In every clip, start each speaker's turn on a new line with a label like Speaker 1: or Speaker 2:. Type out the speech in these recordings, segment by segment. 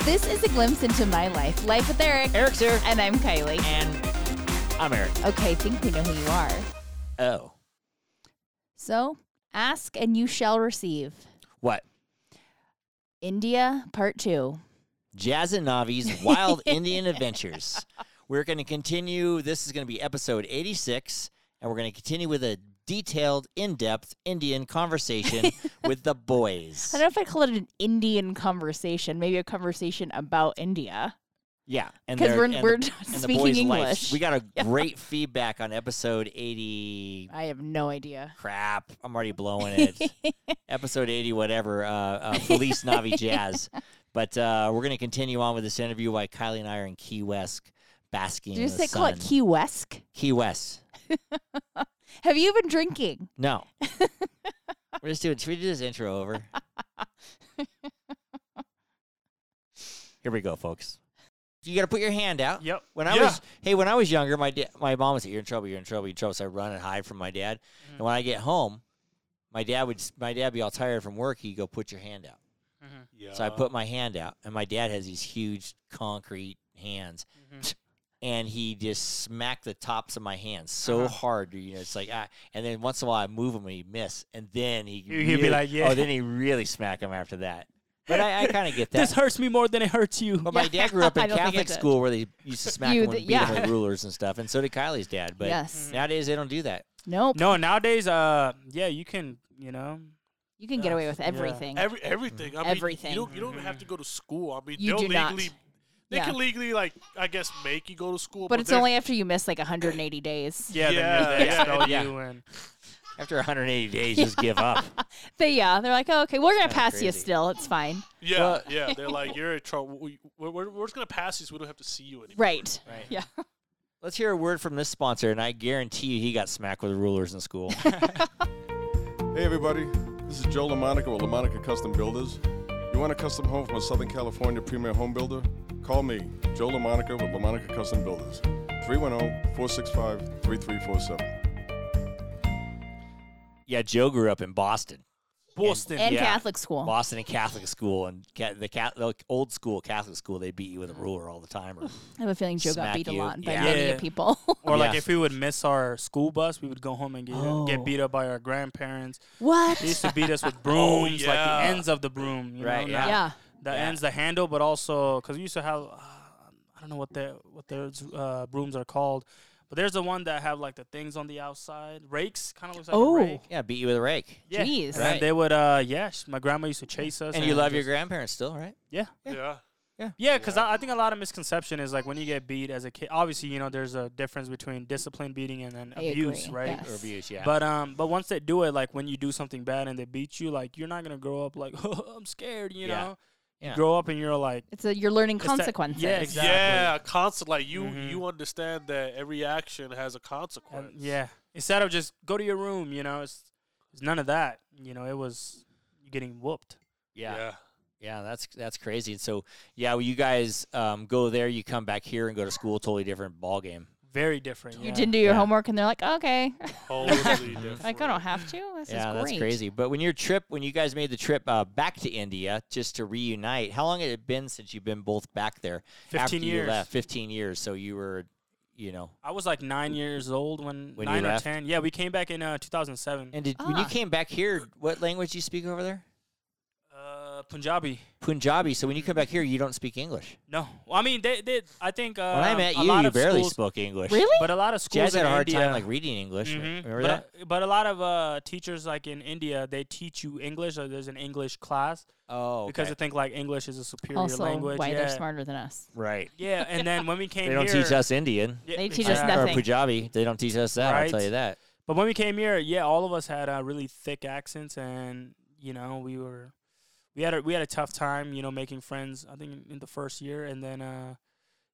Speaker 1: This is a glimpse into my life, Life with Eric.
Speaker 2: Eric's here.
Speaker 1: And I'm Kylie.
Speaker 2: And I'm Eric.
Speaker 1: Okay, I think we know who you are.
Speaker 2: Oh.
Speaker 1: So ask and you shall receive.
Speaker 2: What?
Speaker 1: India Part 2.
Speaker 2: Jazz and Navi's Wild Indian Adventures. We're going to continue. This is going to be episode 86, and we're going to continue with a detailed, in depth Indian conversation with the boys.
Speaker 1: I don't know if I call it an Indian conversation, maybe a conversation about India.
Speaker 2: Yeah. and
Speaker 1: Because
Speaker 2: they're-
Speaker 1: we're,
Speaker 2: and the-
Speaker 1: we're
Speaker 2: and the
Speaker 1: speaking
Speaker 2: boys'
Speaker 1: English.
Speaker 2: lives. We got a great feedback on episode 80.
Speaker 1: I have no idea.
Speaker 2: Crap. I'm already blowing it. episode 80, whatever, uh, uh, Felice Navi Jazz. But uh, we're going to continue on with this interview while Kylie and I are in Key West basking
Speaker 1: Did you
Speaker 2: in
Speaker 1: just
Speaker 2: the
Speaker 1: say call it
Speaker 2: sun.
Speaker 1: Key West?
Speaker 2: Key West.
Speaker 1: Have you been drinking?
Speaker 2: No. we're just doing, should we do this intro over? Here we go, folks. You got to put your hand out.
Speaker 3: Yep.
Speaker 2: When I
Speaker 3: Yeah.
Speaker 2: was hey, when I was younger, my da- my mom would say, "You're in trouble. You're in trouble. You're in trouble." So I run and hide from my dad. And when I get home, my dad would s- my dad would be all tired from work. He'd go, "Put your hand out." So I put my hand out, and my dad has these huge concrete hands,
Speaker 3: Mm-hmm.
Speaker 2: and he just smacked the tops of my hands so
Speaker 3: Uh-huh.
Speaker 2: hard, you know. It's like, ah, and then once in a while I move him and he miss, and then he
Speaker 3: He'd be
Speaker 2: really-
Speaker 3: like, yeah.
Speaker 2: oh, then he really smack him after that. But I, I kind of get that.
Speaker 3: This hurts me more than it hurts you.
Speaker 2: But my dad grew up
Speaker 1: I
Speaker 2: in
Speaker 1: don't think I
Speaker 2: Catholic
Speaker 1: did.
Speaker 2: school where they used to smack
Speaker 1: You
Speaker 2: him and
Speaker 1: th-
Speaker 2: beat him
Speaker 1: yeah.
Speaker 2: with rulers and stuff, and so did Kylie's dad. But
Speaker 1: yes.
Speaker 2: nowadays they don't do that.
Speaker 1: Nope.
Speaker 3: No, nowadays, uh, yeah, you can, you know,
Speaker 1: You can get away with
Speaker 3: Yeah.
Speaker 1: everything.
Speaker 4: Every everything. I mean,
Speaker 1: Mm-hmm. Everything. Mm-hmm.
Speaker 4: You don't, you don't have to go to school. I mean,
Speaker 1: You do
Speaker 4: they'll
Speaker 1: not.
Speaker 4: legally. They
Speaker 1: Yeah.
Speaker 4: can legally, like, I guess, make you go to school.
Speaker 1: But it's
Speaker 4: they're-
Speaker 1: only after you miss like 180 days.
Speaker 3: yeah,
Speaker 4: Yeah,
Speaker 3: then they
Speaker 4: yeah,
Speaker 3: expel
Speaker 2: yeah.
Speaker 3: you and
Speaker 2: After 180 days, just give up.
Speaker 1: They yeah, they're like, oh, okay, we're gonna
Speaker 2: Kinda
Speaker 1: pass you
Speaker 2: crazy.
Speaker 1: still. It's fine.
Speaker 4: Yeah,
Speaker 2: Well-
Speaker 4: yeah. They're like, you're in trouble. We, we're, we're, we're just gonna pass you, so we don't have to see you anymore.
Speaker 1: Right.
Speaker 2: Right.
Speaker 1: Yeah.
Speaker 2: Let's hear a word from this sponsor, and I guarantee you he got smacked with rulers in school.
Speaker 5: Hey everybody, this is Joe LaMonica with LaMonica Custom Builders. You want a custom home from a Southern California premier home builder? Call me, Joe LaMonica with LaMonica Custom Builders, oh, 310-465-3347.
Speaker 2: yeah, Joe grew up in Boston,
Speaker 3: Boston.
Speaker 1: And
Speaker 2: Yeah.
Speaker 1: Catholic school.
Speaker 2: Boston and Catholic school, and ca- the, cat, the old school Catholic school, they beat you with a ruler all the time. Or,
Speaker 1: I have a feeling Joe got
Speaker 2: Smack
Speaker 1: beat a
Speaker 2: you.
Speaker 1: lot by
Speaker 2: Yeah.
Speaker 1: many
Speaker 3: Yeah.
Speaker 1: people.
Speaker 3: Or like
Speaker 2: Yeah.
Speaker 3: if we would miss our school bus, we would go home and get
Speaker 2: Oh.
Speaker 3: get beat up by our grandparents.
Speaker 1: what?
Speaker 3: They used to beat us with brooms,
Speaker 4: Oh, yeah.
Speaker 3: like the ends of the broom, you
Speaker 2: Right,
Speaker 3: know,
Speaker 2: yeah.
Speaker 3: not
Speaker 1: yeah.
Speaker 3: the
Speaker 2: Yeah.
Speaker 3: ends, the handle, but also because we used to have uh, I don't know what their what their uh, brooms are called, but there's the one that have like the things on the outside, rakes, kind of looks like
Speaker 1: Oh.
Speaker 3: a rake.
Speaker 2: yeah, beat you with a rake.
Speaker 3: Yeah.
Speaker 1: Jeez.
Speaker 3: And then
Speaker 2: Right.
Speaker 3: they would, uh, yeah, sh- my grandma used to chase us.
Speaker 2: And you love your
Speaker 3: just-
Speaker 2: grandparents still, right?
Speaker 3: Yeah.
Speaker 4: Yeah.
Speaker 3: Yeah, because I, I think a lot of misconception is like when you get beat as a kid, obviously, you know, there's a difference between discipline beating and then
Speaker 1: I
Speaker 3: abuse,
Speaker 1: agree,
Speaker 3: right?
Speaker 1: yes.
Speaker 2: Or abuse, yeah.
Speaker 3: But um, but once they do it, like when you do something bad and they beat you, like you're not gonna grow up like I'm scared, you
Speaker 2: Yeah.
Speaker 3: know.
Speaker 2: Yeah.
Speaker 3: You grow up and you're like,
Speaker 1: It's a you're learning
Speaker 3: It's that-
Speaker 1: consequences.
Speaker 3: yeah, exactly.
Speaker 4: Yeah. Constant. Like you,
Speaker 3: Mhm.
Speaker 4: you understand that every action has a consequence.
Speaker 3: um, yeah. Instead of just go to your room, you know, it's, it's none of that. You know, it was you getting whooped.
Speaker 2: yeah. Yeah, that's that's crazy. And so, yeah, well, you guys um, go there, you come back here and go to school, totally different ball game.
Speaker 3: Very different.
Speaker 1: You
Speaker 3: yeah.
Speaker 1: didn't do your
Speaker 2: Yeah.
Speaker 1: homework, and they're like, "Okay,
Speaker 4: Totally different.
Speaker 1: like I don't have to. This
Speaker 2: yeah,
Speaker 1: is great."
Speaker 2: that's crazy. But when your trip, when you guys made the trip uh, back to India just to reunite, how long had it been since you've been both back there?
Speaker 3: 15
Speaker 2: after You
Speaker 3: years.
Speaker 2: left? Fifteen years. So you were, you know,
Speaker 3: I was like nine years old when,
Speaker 2: When you
Speaker 3: nine or
Speaker 2: left?
Speaker 3: ten. Yeah, we came back in uh, 2007.
Speaker 2: and did, when you
Speaker 1: Ah.
Speaker 2: came back here, what language do you speak over there?
Speaker 3: uh, Punjabi.
Speaker 2: Punjabi. So when you come back here, you don't speak English.
Speaker 3: No, well, I mean they they. I think uh,
Speaker 2: When I met
Speaker 3: a
Speaker 2: you,
Speaker 3: lot
Speaker 2: you
Speaker 3: of
Speaker 2: barely
Speaker 3: schools,
Speaker 2: spoke English.
Speaker 1: Really?
Speaker 3: But a lot of schools
Speaker 2: Jazz had
Speaker 3: in
Speaker 2: a hard
Speaker 3: India,
Speaker 2: time like reading English.
Speaker 3: Mhm.
Speaker 2: Remember
Speaker 3: but,
Speaker 2: that?
Speaker 3: but a lot of uh, teachers like in India, they teach you English. Or there's an English class
Speaker 2: Oh,
Speaker 3: because they
Speaker 2: okay.
Speaker 3: think like English is a superior
Speaker 1: Also,
Speaker 3: language.
Speaker 1: why
Speaker 3: yeah.
Speaker 1: they're smarter than us.
Speaker 2: right.
Speaker 3: Yeah, and then when we came
Speaker 2: They don't
Speaker 3: here,
Speaker 2: teach us Indian Uh,
Speaker 3: yeah,
Speaker 1: They teach us
Speaker 3: exactly.
Speaker 2: or
Speaker 1: nothing.
Speaker 2: Punjabi. They don't teach us that. I'll
Speaker 3: Right.
Speaker 2: tell you that.
Speaker 3: But when we came here, yeah, all of us had uh, really thick accents, and you know we were we had a, we had a tough time, you know, making friends. I think in, in the first year, and then uh,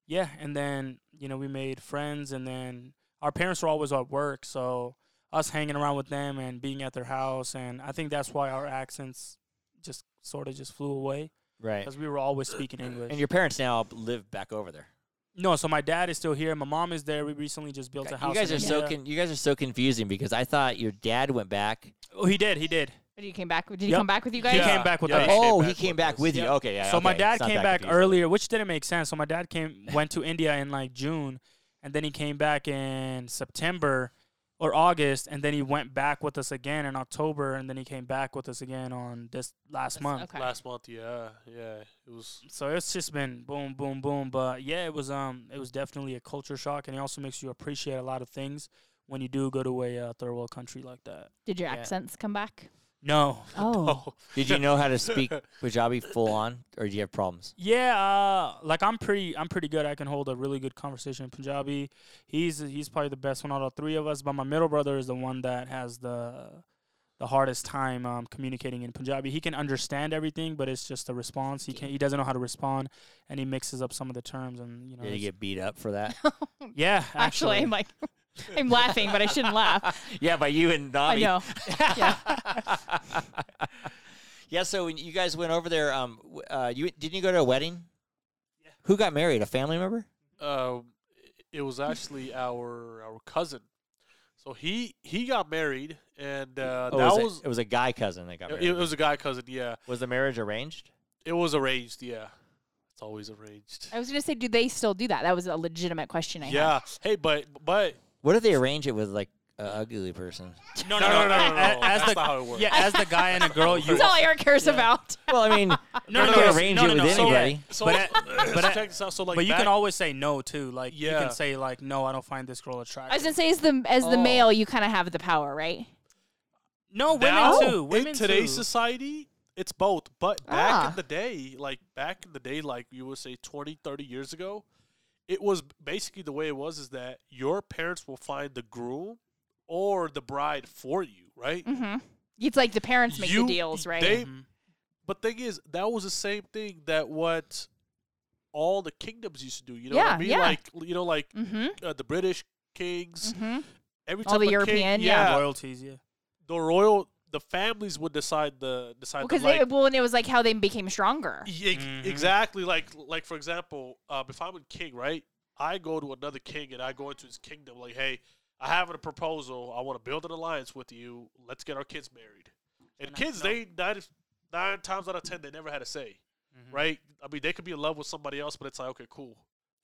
Speaker 3: yeah, and then you know we made friends, and then our parents were always at work, so us hanging around with them and being at their house, and I think that's why our accents just sort of just flew away
Speaker 2: Right.
Speaker 3: because we were always speaking English.
Speaker 2: And your parents now live back over there.
Speaker 3: no, so my dad is still here, my mom is there. We recently just built a house.
Speaker 2: You guys
Speaker 3: in
Speaker 2: are so
Speaker 3: India.
Speaker 2: con- you guys are so confusing because I thought your dad went back.
Speaker 3: Oh, he did, he did.
Speaker 1: Did he came back? Did he
Speaker 3: Yep.
Speaker 1: come back with you guys?
Speaker 3: He
Speaker 4: Yeah.
Speaker 3: came back with
Speaker 4: Yeah.
Speaker 3: us.
Speaker 4: came
Speaker 2: Oh,
Speaker 4: back
Speaker 2: he came
Speaker 4: with
Speaker 2: back
Speaker 4: us.
Speaker 2: with you.
Speaker 4: Yeah.
Speaker 2: Okay, yeah.
Speaker 3: So my
Speaker 2: okay,
Speaker 3: dad
Speaker 2: it's not
Speaker 3: came
Speaker 2: that
Speaker 3: back
Speaker 2: confusing.
Speaker 3: earlier, which didn't make sense. So my dad came went to India in like June, and then he came back in September or August, and then he went back with us again in October, and then he came back with us again on this last
Speaker 1: This-
Speaker 3: month.
Speaker 1: okay.
Speaker 4: Last month, yeah, yeah, it was.
Speaker 3: So it's just been boom, boom, boom. But yeah, it was um, it was definitely a culture shock, and it also makes you appreciate a lot of things when you do go to a uh, third world country like that.
Speaker 1: Did your
Speaker 3: Yeah.
Speaker 1: accents come back?
Speaker 3: No,
Speaker 1: Oh,
Speaker 4: Oh,
Speaker 2: Did you know how to speak Punjabi full on, or do you have problems?
Speaker 3: Yeah, uh, like I'm pretty, I'm pretty good. I can hold a really good conversation in Punjabi. He's he's probably the best one out of the three of us. But my middle brother is the one that has the the hardest time um, communicating in Punjabi. He can understand everything, but it's just the response. He can not he doesn't know how to respond, and he mixes up some of the terms. And you know,
Speaker 2: Did you
Speaker 3: it's-
Speaker 2: get beat up for that?
Speaker 3: yeah,
Speaker 1: actually,
Speaker 3: actually,
Speaker 1: I'm like, I'm laughing, but I shouldn't laugh.
Speaker 2: yeah, by you and
Speaker 1: I
Speaker 2: Nobby.
Speaker 1: know. Yeah.
Speaker 2: yeah. So when you guys went over there, um, w- uh, you didn't you go to a wedding? Yeah. Who got married? A family member?
Speaker 4: uh, it was actually our our cousin. So he he got married, and uh,
Speaker 2: Oh,
Speaker 4: that
Speaker 2: it,
Speaker 4: was
Speaker 2: it was a guy cousin that got
Speaker 4: it,
Speaker 2: married.
Speaker 4: it was a guy cousin. Yeah,
Speaker 2: was the marriage arranged?
Speaker 4: it was arranged. Yeah, it's always arranged.
Speaker 1: I was gonna say, do they still do that? That was a legitimate question I had.
Speaker 4: Yeah. Hey, but but
Speaker 2: What if they arrange it with like an ugly person?
Speaker 3: no,
Speaker 4: no, no, no, no, no.
Speaker 3: a- a- As
Speaker 4: That's
Speaker 3: the
Speaker 4: not how it works.
Speaker 3: yeah, as the guy and a girl, you
Speaker 1: That's all Eric cares about.
Speaker 2: Well, I mean,
Speaker 3: no,
Speaker 2: you
Speaker 3: no,
Speaker 2: can
Speaker 3: no,
Speaker 2: arrange
Speaker 3: no,
Speaker 2: it
Speaker 3: no,
Speaker 2: with
Speaker 3: no.
Speaker 2: anybody.
Speaker 4: so
Speaker 3: But at-
Speaker 4: so
Speaker 3: but at-
Speaker 4: check this out. So like
Speaker 3: but you
Speaker 4: back-
Speaker 3: can always say no too. Like you
Speaker 4: Yeah.
Speaker 3: can say like no, I don't find this girl attractive.
Speaker 1: I was gonna say, as the as the
Speaker 2: Oh.
Speaker 1: male, you kind of have the power, right? Oh,
Speaker 3: no, women
Speaker 4: now,
Speaker 3: too. Women
Speaker 4: in today's
Speaker 3: too.
Speaker 4: society, it's both. But back
Speaker 1: Ah.
Speaker 4: in the day, like back in the day, like you would say 20, 30 years ago, it was basically the way it was is that your parents will find the groom or the bride for you, right?
Speaker 1: Mm-hmm. It's like the parents make
Speaker 4: You-
Speaker 1: the deals, right?
Speaker 4: they-
Speaker 3: Mhm.
Speaker 4: But thing is, that was the same thing that what all the kingdoms used to do. You know what
Speaker 1: Yeah,
Speaker 4: I mean?
Speaker 1: yeah.
Speaker 4: Like you know, like
Speaker 1: mm-hmm.
Speaker 4: uh, the British kings,
Speaker 1: Mm-hmm.
Speaker 4: every
Speaker 1: All
Speaker 4: type
Speaker 1: the
Speaker 4: of king-
Speaker 1: European, yeah.
Speaker 3: royalties. Yeah.
Speaker 4: the royal, the families would decide the decide the
Speaker 1: Because
Speaker 4: like,
Speaker 1: they well, and it was like how they became stronger.
Speaker 4: Yeah, ex-
Speaker 3: Mhm.
Speaker 4: Exactly. Like like for example, um, if I'm a king, right? I go to another king and I go into his kingdom. Like, hey, I have a proposal. I want to build an alliance with you. Let's get our kids married. And
Speaker 3: And I-
Speaker 4: kids,
Speaker 3: no.
Speaker 4: they nine, nine times out of ten, they never had a say,
Speaker 3: Mm-hmm.
Speaker 4: right? I mean, they could be in love with somebody else, but it's like, okay, cool.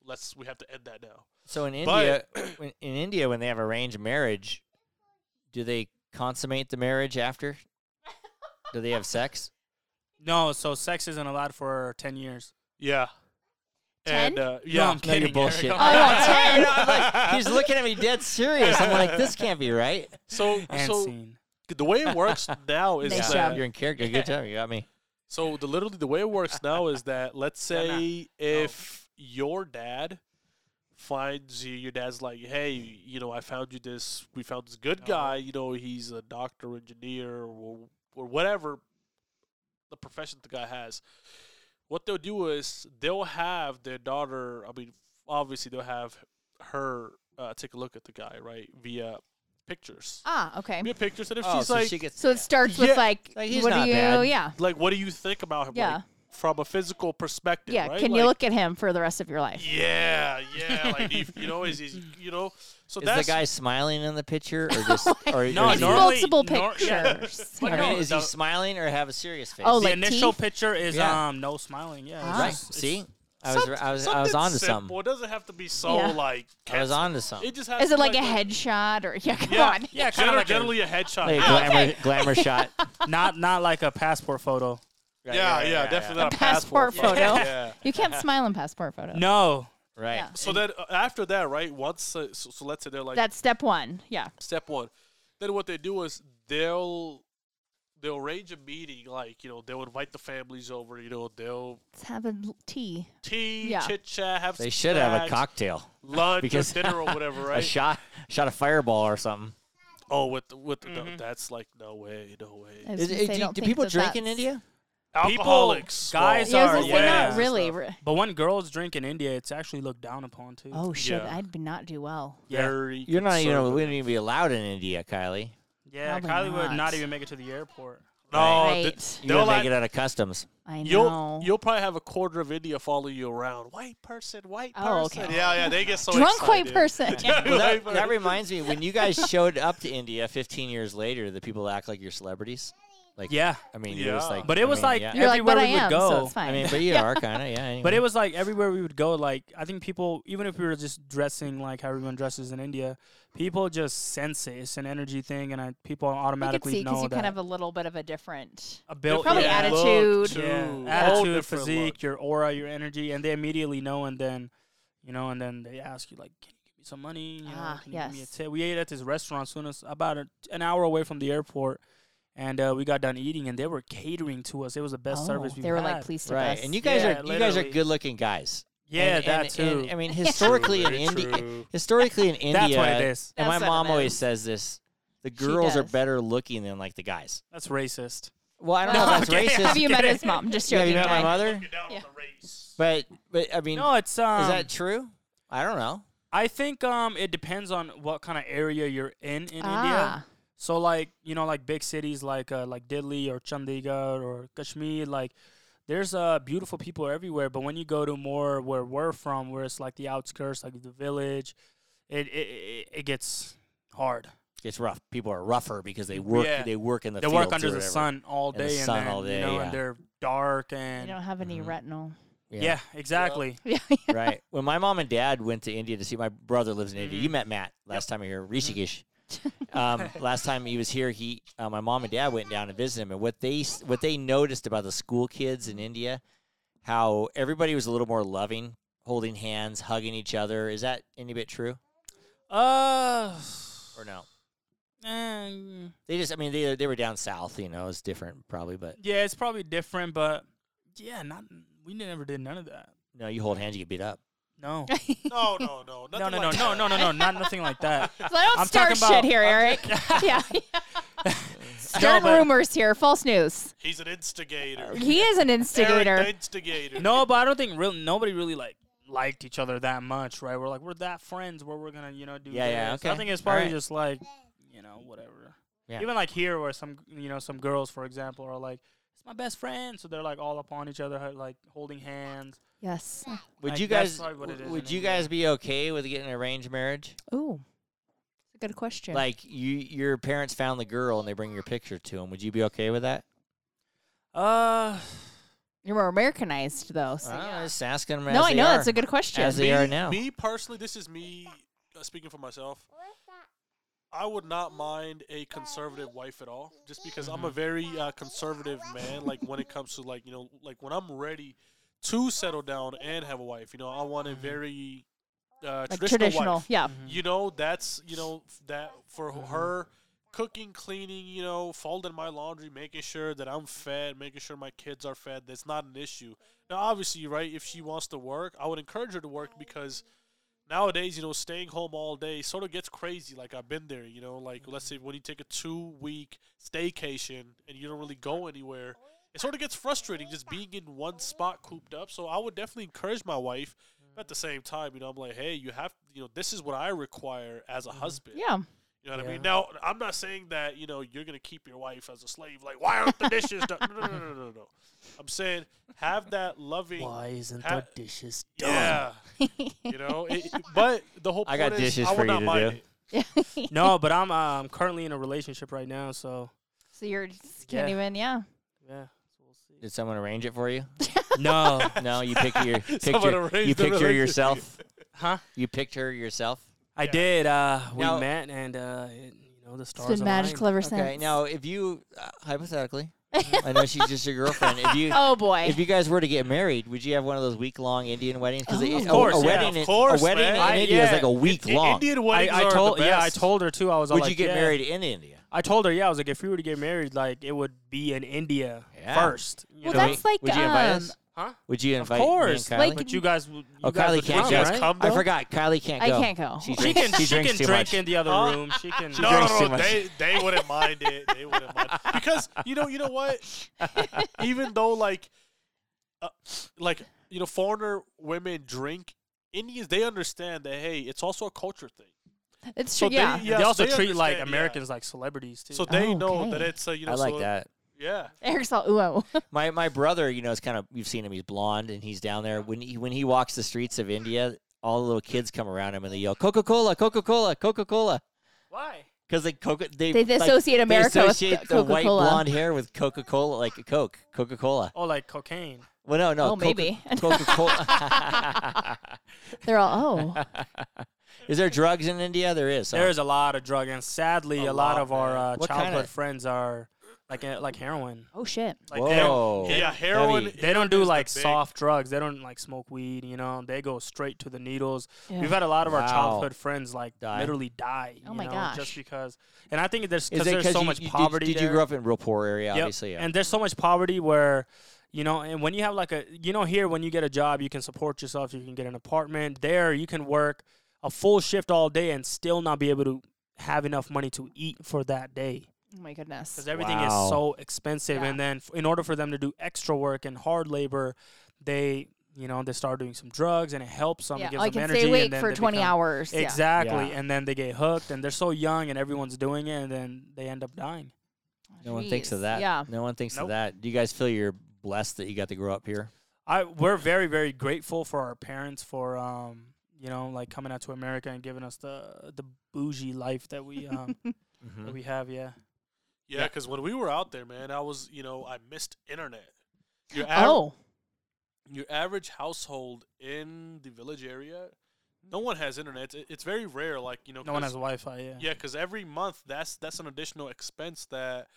Speaker 4: Let's we have to end that now.
Speaker 2: So in India,
Speaker 4: But-
Speaker 2: when, in India, when they have arranged marriage, do they consummate the marriage after? Do they have sex?
Speaker 3: No, so sex isn't allowed for ten years.
Speaker 4: Yeah. And
Speaker 1: Ten?
Speaker 4: uh, yeah,
Speaker 3: I'm
Speaker 2: No, you're
Speaker 3: kidding,
Speaker 2: bullshit.
Speaker 3: Eric.
Speaker 1: Oh, no, ten.
Speaker 2: No, I'm like, he's looking at me dead serious. I'm like, this can't be right.
Speaker 4: so
Speaker 3: And
Speaker 4: so
Speaker 3: scene.
Speaker 4: the way it works now is
Speaker 1: Nice
Speaker 4: that
Speaker 1: job.
Speaker 2: You're in character. Good job. You got me.
Speaker 4: So the literally the way it works now is that let's
Speaker 3: No, no.
Speaker 4: say if your dad finds you, your dad's like, hey, you know, I found you this, we found this good
Speaker 3: No.
Speaker 4: guy, you know, he's a doctor, engineer, or, or whatever the profession the guy has. What they'll do is they'll have their daughter. I mean, obviously they'll have her uh, take a look at the guy, right, via pictures,
Speaker 1: Ah, okay.
Speaker 4: via pictures, and if
Speaker 2: Oh,
Speaker 4: she's
Speaker 2: so
Speaker 4: like,
Speaker 2: she gets.
Speaker 1: So it starts with
Speaker 4: Yeah.
Speaker 1: like,
Speaker 2: Like, he's
Speaker 1: what
Speaker 2: not
Speaker 1: do you?
Speaker 2: bad.
Speaker 1: Yeah,
Speaker 4: like, what do you think about him?
Speaker 1: yeah,
Speaker 4: Like, from a physical perspective,
Speaker 1: yeah.
Speaker 4: right?
Speaker 1: Can
Speaker 4: Like,
Speaker 1: you look at him for the rest of your life?
Speaker 4: Yeah, yeah. Like you, you know, is, is you know, so
Speaker 2: Is the
Speaker 4: that's
Speaker 2: guy smiling in the picture, or just,
Speaker 1: Oh
Speaker 2: or, or
Speaker 3: No,
Speaker 2: is,
Speaker 1: It's
Speaker 2: he,
Speaker 3: normally-
Speaker 1: multiple
Speaker 3: nor- yeah.
Speaker 1: pictures.
Speaker 3: But
Speaker 2: I mean,
Speaker 3: no,
Speaker 2: is
Speaker 3: the-
Speaker 2: he smiling or have a serious face?
Speaker 1: Oh,
Speaker 3: the
Speaker 1: like
Speaker 3: initial
Speaker 1: teeth?
Speaker 3: picture is
Speaker 2: Yeah.
Speaker 3: um no smiling. Yeah, it's
Speaker 1: Ah.
Speaker 2: right.
Speaker 3: just- it's-
Speaker 2: See, I was, I was, I was
Speaker 4: something
Speaker 2: onto
Speaker 4: simple.
Speaker 2: something.
Speaker 4: It doesn't have to be so
Speaker 1: Yeah.
Speaker 4: like.
Speaker 2: I was
Speaker 4: catchy.
Speaker 2: onto something.
Speaker 4: It just has.
Speaker 1: Is
Speaker 4: to
Speaker 1: it
Speaker 4: be
Speaker 1: like a
Speaker 4: the-
Speaker 1: headshot or yeah? Come
Speaker 4: Yeah,
Speaker 1: on.
Speaker 3: Yeah, kind
Speaker 4: Generally,
Speaker 3: of like
Speaker 4: generally
Speaker 3: a,
Speaker 4: a headshot.
Speaker 2: Like a
Speaker 4: yeah,
Speaker 2: glamour, glamour shot.
Speaker 3: not not like a passport photo.
Speaker 2: Right,
Speaker 4: yeah,
Speaker 2: right,
Speaker 4: yeah,
Speaker 2: right,
Speaker 4: definitely
Speaker 2: right,
Speaker 4: not a
Speaker 1: passport photo.
Speaker 4: Yeah.
Speaker 1: You can't smile in passport photos.
Speaker 3: No,
Speaker 2: Right.
Speaker 1: Yeah.
Speaker 4: So then uh, after that, right? Once uh, so, so let's say they're like
Speaker 1: That's step one. Yeah.
Speaker 4: step one. Then what they do is they'll they'll arrange a meeting. Like you know, they'll invite the families over. You know, they'll
Speaker 1: Let's have a l- tea.
Speaker 4: tea,
Speaker 1: Yeah.
Speaker 4: chit chat, have
Speaker 2: They
Speaker 4: some
Speaker 2: should have a
Speaker 4: snacks,
Speaker 2: cocktail,
Speaker 4: lunch
Speaker 2: because-
Speaker 4: or dinner or whatever, right?
Speaker 2: a shot, shot a fireball or something.
Speaker 4: Oh, with the, with the, no,
Speaker 1: Mm-hmm.
Speaker 4: that's like no way, no
Speaker 1: I
Speaker 4: way.
Speaker 1: was
Speaker 2: Is,
Speaker 1: gonna
Speaker 2: it-
Speaker 1: say, I
Speaker 2: do,
Speaker 1: don't
Speaker 2: do
Speaker 1: think
Speaker 2: people
Speaker 1: that
Speaker 2: drink in
Speaker 1: that's-
Speaker 2: India?
Speaker 1: Uh,
Speaker 4: Alcoholics,
Speaker 3: People- guys
Speaker 1: Yeah, I was
Speaker 3: are-
Speaker 1: gonna say,
Speaker 3: yeah.
Speaker 1: not really. re-
Speaker 3: but when girls drink in India, it's actually looked down upon too.
Speaker 1: Oh shit!
Speaker 4: Yeah.
Speaker 1: I'd be not do well.
Speaker 3: yeah,
Speaker 4: very.
Speaker 2: You're not even. We
Speaker 4: conservative.
Speaker 2: wouldn't even be allowed in India, Kylie.
Speaker 3: yeah.
Speaker 1: Probably
Speaker 3: Kylie would
Speaker 1: not.
Speaker 3: not even make it to the airport.
Speaker 4: No,
Speaker 1: Right.
Speaker 4: th-
Speaker 2: You
Speaker 4: they'll
Speaker 2: gotta
Speaker 4: like,
Speaker 2: make it out of customs.
Speaker 1: I know.
Speaker 4: you'll you'll probably have a quarter of India follow you around. White person, white
Speaker 1: Oh,
Speaker 4: person.
Speaker 1: okay.
Speaker 4: Yeah, yeah, they get so
Speaker 1: Drunk white
Speaker 4: excited.
Speaker 1: person.
Speaker 2: Well, that,
Speaker 4: White
Speaker 2: that
Speaker 4: person.
Speaker 2: reminds me, when you guys showed up to India 15 years later, the people act like you're celebrities. Like,
Speaker 3: yeah,
Speaker 2: I mean, it was
Speaker 4: Yeah.
Speaker 2: like,
Speaker 3: But it
Speaker 2: I
Speaker 3: was
Speaker 2: mean,
Speaker 3: like-
Speaker 2: yeah.
Speaker 3: You're
Speaker 1: You're like,
Speaker 3: everywhere
Speaker 1: but I
Speaker 3: we would
Speaker 1: am,
Speaker 3: go.
Speaker 1: so it's
Speaker 2: I
Speaker 1: fine.
Speaker 2: mean, but you are kind of, yeah. Anyway.
Speaker 3: But it was like everywhere we would go, like I think people, even if we were just dressing like how everyone dresses in India, people just sense it. It's an energy thing, and I, people
Speaker 1: I could
Speaker 3: automatically
Speaker 1: see
Speaker 3: know
Speaker 1: because you
Speaker 3: that.
Speaker 1: kind of have a little bit of a different.
Speaker 3: a built
Speaker 1: probably
Speaker 3: yeah.
Speaker 1: attitude.
Speaker 3: Yeah,
Speaker 4: Whole
Speaker 3: attitude,
Speaker 4: different
Speaker 3: physique,
Speaker 4: look.
Speaker 3: your aura, your energy, and they immediately know. And then, you know, and then they ask you like, "Can you give me some money? You know,
Speaker 1: Ah,
Speaker 3: can you give me a
Speaker 1: yes.
Speaker 3: tip?" We ate at this restaurant soon as about a, an hour away from the airport, and uh, we got done eating, and they were catering to us. It was the best service we've
Speaker 1: Oh, they were
Speaker 3: had.
Speaker 1: like, please tip
Speaker 2: right.
Speaker 1: us.
Speaker 2: And you guys
Speaker 3: Yeah,
Speaker 2: are you guys are
Speaker 3: literally.
Speaker 2: good looking guys.
Speaker 3: yeah,
Speaker 2: and,
Speaker 3: that
Speaker 2: and-
Speaker 3: too.
Speaker 2: and, I mean, historically in India, historically in India,
Speaker 3: That's what it is.
Speaker 2: and
Speaker 1: That's what
Speaker 2: my
Speaker 1: it
Speaker 2: mom always
Speaker 1: is.
Speaker 2: says this: the
Speaker 1: She
Speaker 2: girls are
Speaker 1: does.
Speaker 2: better looking than like the guys.
Speaker 3: That's racist.
Speaker 2: Well, I don't
Speaker 1: Well,
Speaker 2: know if that's
Speaker 3: okay.
Speaker 2: racist.
Speaker 1: have you met his mom? Just
Speaker 2: Yeah,
Speaker 1: joking.
Speaker 2: you met my
Speaker 1: guys.
Speaker 2: mother,
Speaker 1: Yeah.
Speaker 2: but but I mean,
Speaker 3: No, it's um.
Speaker 2: is that true? I don't know.
Speaker 3: I think um, it depends on what kind of area you're in in India.
Speaker 1: Ah,
Speaker 3: So like you know like big cities like uh, like Delhi or Chandigarh or Kashmir like there's uh beautiful people everywhere but when you go to more where we're from where it's like the outskirts like the village it it, it, it gets hard.
Speaker 2: It's rough. People are rougher because they work.
Speaker 3: Yeah.
Speaker 2: They work in the.
Speaker 3: they
Speaker 2: fields
Speaker 3: work
Speaker 2: or
Speaker 3: under the
Speaker 2: whatever.
Speaker 3: sun all
Speaker 2: And the
Speaker 3: day and,
Speaker 2: sun
Speaker 3: then,
Speaker 2: all day,
Speaker 3: you know
Speaker 2: yeah.
Speaker 3: and they're dark
Speaker 1: you
Speaker 3: and
Speaker 1: don't have any retinol.
Speaker 3: yeah. exactly.
Speaker 1: Yeah.
Speaker 2: right. When my mom and dad went to India to see my brother lives in India.
Speaker 3: Mhm.
Speaker 2: You met Matt last time you were here,
Speaker 3: Mm-hmm.
Speaker 2: Rishikesh. um, last time he was here, he uh, my mom and dad went down to visit him, and what they s- what they noticed about the school kids in India, how everybody was a little more loving, holding hands, hugging each other. Is that any bit true
Speaker 3: Uh
Speaker 2: or no?
Speaker 3: and
Speaker 2: They just, I mean, they they were down south, you know, it's different probably, but
Speaker 3: yeah, it's probably different but yeah, not we never did none of that.
Speaker 2: no, you hold hands, you get beat up.
Speaker 3: No.
Speaker 4: No, no, no,
Speaker 3: no, no, no, no, no, no, no, not nothing like that.
Speaker 1: So I don't
Speaker 3: I'm
Speaker 1: start
Speaker 3: talking about-
Speaker 1: shit here, Eric. yeah. Start
Speaker 3: but-
Speaker 1: rumors here. False news.
Speaker 4: He's an instigator.
Speaker 1: He is an
Speaker 4: Eric the
Speaker 1: instigator.
Speaker 4: instigator.
Speaker 3: No, but I don't think real nobody really like liked each other that much, right? We're like we're that friends where we're gonna you know do.
Speaker 2: Yeah, yeah,
Speaker 3: this.
Speaker 2: okay.
Speaker 3: I think it's probably
Speaker 2: Alright.
Speaker 3: just like you know whatever.
Speaker 2: Yeah.
Speaker 3: Even like here where some you know some girls for example are like it's my best friend, so they're like all upon each other like holding hands.
Speaker 1: Yes.
Speaker 2: Would
Speaker 3: Like,
Speaker 2: you guys
Speaker 3: that's probably what it is
Speaker 2: would
Speaker 3: in
Speaker 2: you
Speaker 3: India.
Speaker 2: guys be okay with getting an arranged marriage?
Speaker 1: Ooh. That's a good question.
Speaker 2: Like you, your parents found the girl and they bring your picture to him. Would you be okay with that?
Speaker 3: Uh,
Speaker 1: You're more Americanized though. So
Speaker 2: I don't know,
Speaker 1: yeah.
Speaker 2: just asking them.
Speaker 1: No,
Speaker 2: as
Speaker 1: I
Speaker 2: they
Speaker 1: know
Speaker 2: are,
Speaker 1: that's a good question.
Speaker 2: as they
Speaker 4: me,
Speaker 2: are
Speaker 1: Oh.
Speaker 2: now.
Speaker 4: Me personally, this is me uh, speaking for myself. I would not mind a conservative wife at all, just because
Speaker 1: Mm-hmm.
Speaker 4: I'm a very uh, conservative man. Like when it comes to like you know, like when I'm ready to settle down and have a wife, you know, I want a very uh,
Speaker 1: Mm-hmm. like
Speaker 4: traditional,
Speaker 1: traditional.
Speaker 4: wife. Mm-hmm.
Speaker 1: Yeah. Mm-hmm.
Speaker 4: You know, that's you know f- that for her cooking, cleaning, you know, folding my laundry, making sure that I'm fed, making sure my kids are fed. That's not an issue. Now, obviously, right? If she wants to work, I would encourage her to work because nowadays, you know, staying home all day sort of gets crazy. Like I've been there, you know, like let's say when you take a two-week staycation and you don't really go anywhere. It sort of gets frustrating just being in one spot cooped up. So I would definitely encourage my wife. But at the same time, you know, I'm like, hey, you have, you know, this is what I require as a husband.
Speaker 1: Yeah.
Speaker 4: You know what I mean?
Speaker 3: Yeah.
Speaker 4: Now, I'm not saying that, you know, you're going to keep your wife as a slave. Like, why aren't the dishes done? No, no, no, no, no, no. I'm saying have that loving.
Speaker 3: isn't
Speaker 4: Ha- the
Speaker 3: dishes
Speaker 4: Yeah. you know, it, it- but the whole point
Speaker 2: I got
Speaker 4: is,
Speaker 2: dishes
Speaker 4: I
Speaker 2: for
Speaker 4: would
Speaker 2: you
Speaker 4: not
Speaker 2: to
Speaker 4: mind
Speaker 2: do.
Speaker 4: it.
Speaker 3: no, but I'm uh, I'm currently in a relationship right now, so
Speaker 1: So you're just can't
Speaker 3: Yeah.
Speaker 1: even yeah.
Speaker 3: yeah.
Speaker 2: Did someone arrange it for you?
Speaker 3: No,
Speaker 2: No, you picked your
Speaker 4: Someone
Speaker 2: picture.
Speaker 4: arranged
Speaker 2: You
Speaker 4: the
Speaker 2: picture
Speaker 4: relationship.
Speaker 2: yourself.
Speaker 3: huh?
Speaker 2: You picked her yourself.
Speaker 3: I did. Uh, we
Speaker 2: Now-
Speaker 3: met, and uh, it, you know the stars.
Speaker 1: It's been magical
Speaker 3: aligned.
Speaker 1: ever since.
Speaker 2: Okay. Now, if you uh, hypothetically, I know she's just your girlfriend. If you
Speaker 1: oh boy.
Speaker 2: if you guys were to get married, would you have one of those week long Indian weddings? Because
Speaker 1: Oh. Of
Speaker 3: course,
Speaker 2: a,
Speaker 3: yeah,
Speaker 2: wedding,
Speaker 4: of
Speaker 2: in-
Speaker 4: course,
Speaker 2: a wedding
Speaker 4: man.
Speaker 2: in
Speaker 3: I-
Speaker 2: India is
Speaker 3: yeah.
Speaker 2: like a week
Speaker 4: I-
Speaker 2: long.
Speaker 4: Indian
Speaker 3: I,
Speaker 4: weddings
Speaker 3: I
Speaker 4: are
Speaker 3: told
Speaker 4: the
Speaker 3: yeah, I
Speaker 4: best.
Speaker 3: told her too. I was all
Speaker 2: would
Speaker 3: like,
Speaker 2: you get
Speaker 3: yeah.
Speaker 2: married in India?
Speaker 3: I told her, yeah, I was like, if we were to get married, like it would be in India
Speaker 2: Yeah.
Speaker 3: first. you
Speaker 1: Well,
Speaker 3: know?
Speaker 1: that's like
Speaker 2: Would you invite
Speaker 1: um,
Speaker 2: us?
Speaker 3: huh?
Speaker 2: Would you
Speaker 3: Of
Speaker 2: invite? me and
Speaker 3: course,
Speaker 2: Kylie?
Speaker 1: Like,
Speaker 3: but you guys, would- you
Speaker 2: Oh,
Speaker 3: guys
Speaker 2: Kylie
Speaker 3: would
Speaker 2: can't
Speaker 3: come,
Speaker 2: go.
Speaker 3: right?
Speaker 4: come
Speaker 2: I
Speaker 4: though?
Speaker 2: forgot Kylie can't
Speaker 1: I
Speaker 2: go.
Speaker 1: can't go.
Speaker 2: She
Speaker 3: She
Speaker 2: drinks,
Speaker 3: can, she,
Speaker 2: she drinks
Speaker 3: can
Speaker 2: too
Speaker 3: drink
Speaker 2: much.
Speaker 3: in the other
Speaker 4: Huh?
Speaker 3: room. She can.
Speaker 4: No,
Speaker 2: drinks
Speaker 4: no,
Speaker 2: too
Speaker 4: no,
Speaker 2: much.
Speaker 4: They, they wouldn't mind it. They wouldn't mind because you know you know what. Even though like, uh, like you know, foreigner women drink. Indians they understand that hey, it's also a culture thing.
Speaker 1: it's
Speaker 4: so
Speaker 1: true.
Speaker 4: they-
Speaker 1: yeah.
Speaker 4: yeah.
Speaker 3: they also
Speaker 4: Yes, they
Speaker 3: treat like
Speaker 4: understand, yeah.
Speaker 3: Americans like celebrities too.
Speaker 4: So they
Speaker 1: Oh,
Speaker 4: know
Speaker 1: okay.
Speaker 4: that it's a you know.
Speaker 2: I like
Speaker 4: so-
Speaker 2: that.
Speaker 4: Yeah.
Speaker 1: Eric's all ooh. oh.
Speaker 2: My my brother, you know, is kind of you've seen him. He's blonde and he's down there. When he when he walks the streets of India, all the little kids come around him and they yell Coca Cola, Coca Cola, Coca Cola.
Speaker 3: why?
Speaker 2: because like Coca, they,
Speaker 1: They
Speaker 2: like,
Speaker 1: associate America
Speaker 2: they
Speaker 1: with
Speaker 2: associate the white
Speaker 1: Coca-Cola.
Speaker 2: blonde hair with Coca Cola, like a Coke, Coca Cola.
Speaker 3: Oh, like cocaine.
Speaker 2: Well, no, no,
Speaker 1: Oh, maybe.
Speaker 2: Coca Cola.
Speaker 1: They're all oh.
Speaker 2: is there drugs in India? There is. huh?
Speaker 3: There is a lot of drug, and sadly,
Speaker 2: A
Speaker 3: a, lot,
Speaker 2: lot,
Speaker 3: of our
Speaker 2: man.
Speaker 3: uh,
Speaker 2: What
Speaker 3: childhood
Speaker 2: kinda-
Speaker 3: friends are like uh, like heroin.
Speaker 1: Oh shit.
Speaker 3: Like they don't,
Speaker 2: Whoa.
Speaker 4: yeah, heroin.
Speaker 2: Oh. Heavy.
Speaker 3: they don't do
Speaker 4: is the
Speaker 3: like
Speaker 4: big-
Speaker 3: soft drugs. They don't like smoke weed. You know, they go straight to the needles.
Speaker 1: Yeah.
Speaker 3: We've had a lot of
Speaker 2: Wow.
Speaker 3: our childhood friends like
Speaker 2: Die.
Speaker 3: literally die.
Speaker 1: Oh
Speaker 3: you
Speaker 1: my
Speaker 3: know,
Speaker 1: gosh.
Speaker 3: just because. And I think there's
Speaker 2: Is
Speaker 3: because
Speaker 2: it
Speaker 3: there's so
Speaker 2: you-
Speaker 3: much
Speaker 2: you- did-
Speaker 3: poverty.
Speaker 2: Did, you
Speaker 3: there.
Speaker 2: grow up in real poor area?
Speaker 3: Yep.
Speaker 2: Obviously, yeah.
Speaker 3: And there's so much poverty where, you know, and when you have like a, you know, here when you get a job, you can support yourself. You can get an apartment. There, you can work a full shift all day and still not be able to have enough money to eat for that day
Speaker 1: Oh my goodness.
Speaker 3: because everything
Speaker 2: Wow.
Speaker 3: is so expensive.
Speaker 1: Yeah.
Speaker 3: And then, f- in order for them to do extra work and hard labor, they, you know, they start doing some drugs and it helps them.
Speaker 1: yeah.
Speaker 3: It gives
Speaker 1: I
Speaker 3: them
Speaker 1: can
Speaker 3: energy
Speaker 1: stay
Speaker 3: and
Speaker 1: awake
Speaker 3: then
Speaker 1: for
Speaker 3: they
Speaker 1: 20
Speaker 3: become-
Speaker 1: hours. Yeah.
Speaker 3: Exactly,
Speaker 2: Yeah.
Speaker 3: and then they get hooked, and they're so young, and everyone's doing it, and then they end up dying.
Speaker 2: no one thinks of
Speaker 1: Jeez.
Speaker 2: that.
Speaker 1: Yeah.
Speaker 2: No one thinks of
Speaker 3: Nope.
Speaker 2: that. Do you guys feel you're blessed that you got to grow up here?
Speaker 3: I we're very very grateful for our parents for um you know like coming out to America and giving us the the bougie life that we um
Speaker 1: Mm-hmm.
Speaker 3: that we have yeah
Speaker 4: Yeah, because when we were out there, man, I was, you know, I missed internet. Your aver-
Speaker 1: Oh.
Speaker 4: your average household in the village area, no one has internet. It- It's very rare, like you know.
Speaker 3: no one
Speaker 4: 'cause-
Speaker 3: has Wi-Fi yeah
Speaker 4: Yeah, because every month that's that's an additional expense that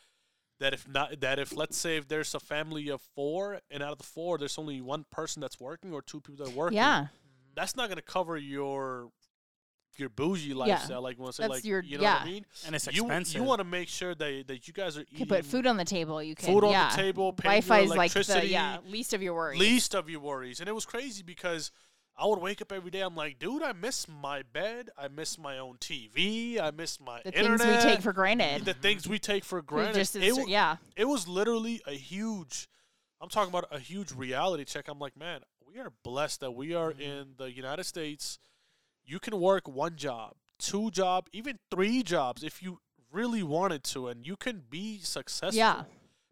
Speaker 4: that if not that if let's say if there's a family of four and out of the four there's only one person that's working or two people that are working.
Speaker 1: Yeah.
Speaker 4: that's not gonna cover your your bougie lifestyle. Like you want to say,
Speaker 1: That's
Speaker 4: like
Speaker 1: your-
Speaker 4: you know what
Speaker 1: yeah.
Speaker 4: I mean.
Speaker 3: and it's
Speaker 4: You
Speaker 3: expensive
Speaker 4: you want to make sure that that you guys are
Speaker 1: You can
Speaker 4: eating
Speaker 1: put food on the table. You can.
Speaker 4: food on
Speaker 1: yeah.
Speaker 4: the table, paying
Speaker 1: Wi-Fi
Speaker 4: your
Speaker 1: is like the
Speaker 4: electricity,
Speaker 1: yeah least of your worries.
Speaker 4: least of your worries. And it was crazy because I would wake up every day. I'm like, dude, I miss my bed. I miss my own TV. I miss my
Speaker 1: the
Speaker 4: internet.
Speaker 1: things we take for granted.
Speaker 4: the things we take for
Speaker 1: Who
Speaker 4: granted.
Speaker 1: just
Speaker 4: it,
Speaker 1: is-
Speaker 4: wa-
Speaker 1: yeah.
Speaker 4: it was literally a huge. I'm talking about a huge reality check. I'm like, man, we are blessed that we
Speaker 1: Mm-hmm.
Speaker 4: are in the United States. You can work one job, two job, even three jobs if you really wanted to, and you can be successful.
Speaker 1: Yeah.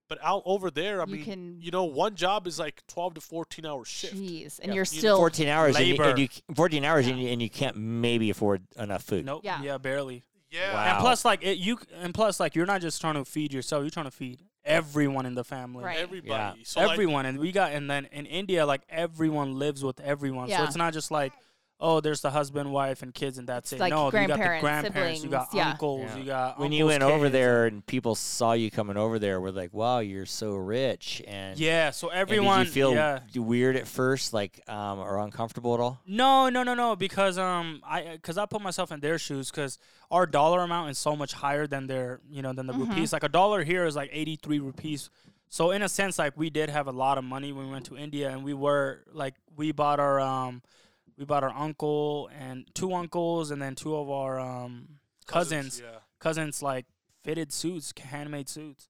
Speaker 4: But out over there, I
Speaker 1: You
Speaker 4: mean,
Speaker 1: can-
Speaker 4: you know, one job is like 12 to 14 hour shift.
Speaker 1: Jeez. And
Speaker 2: Yeah.
Speaker 1: you're still.
Speaker 2: 14 hours and you, and
Speaker 3: labor.
Speaker 2: you c- 14 hours and, you, and you can't maybe afford enough food.
Speaker 3: nope
Speaker 1: Yeah.
Speaker 3: yeah. barely
Speaker 4: Yeah.
Speaker 2: Wow.
Speaker 3: and plus like it, you and plus like you're not just trying to feed yourself you're trying to feed everyone in the family
Speaker 1: Right.
Speaker 4: Everybody. So like,
Speaker 3: everyone and we got and then in India like everyone lives with everyone so
Speaker 1: Yeah.
Speaker 3: it's not just like oh there's the husband wife and kids and that's
Speaker 1: It's
Speaker 3: it
Speaker 1: like
Speaker 3: no you got the
Speaker 1: grandparents,
Speaker 3: grandparents you got
Speaker 1: siblings, yeah.
Speaker 3: uncles
Speaker 2: Yeah.
Speaker 3: you got
Speaker 2: when you
Speaker 3: uncles'
Speaker 2: went over
Speaker 3: kids, and-
Speaker 2: there and people saw you coming over there, were like, "Wow, you're so rich!" And
Speaker 3: Yeah, so
Speaker 2: and did
Speaker 3: everyone.
Speaker 2: you feel
Speaker 3: yeah.
Speaker 2: d- weird at first, like um, or uncomfortable at all?
Speaker 3: No, no, no, no. Because um, I because I put myself in their shoes because our dollar amount is so much higher than their you know than the
Speaker 1: Mm-hmm.
Speaker 3: rupees. Like a dollar here is like eighty three rupees. So in a sense, like we did have a lot of money when we went to India, and we were like we bought our um, we bought our uncle and two uncles, and then two of our um cousins
Speaker 4: Yeah.
Speaker 3: cousins like fitted suits, handmade suits.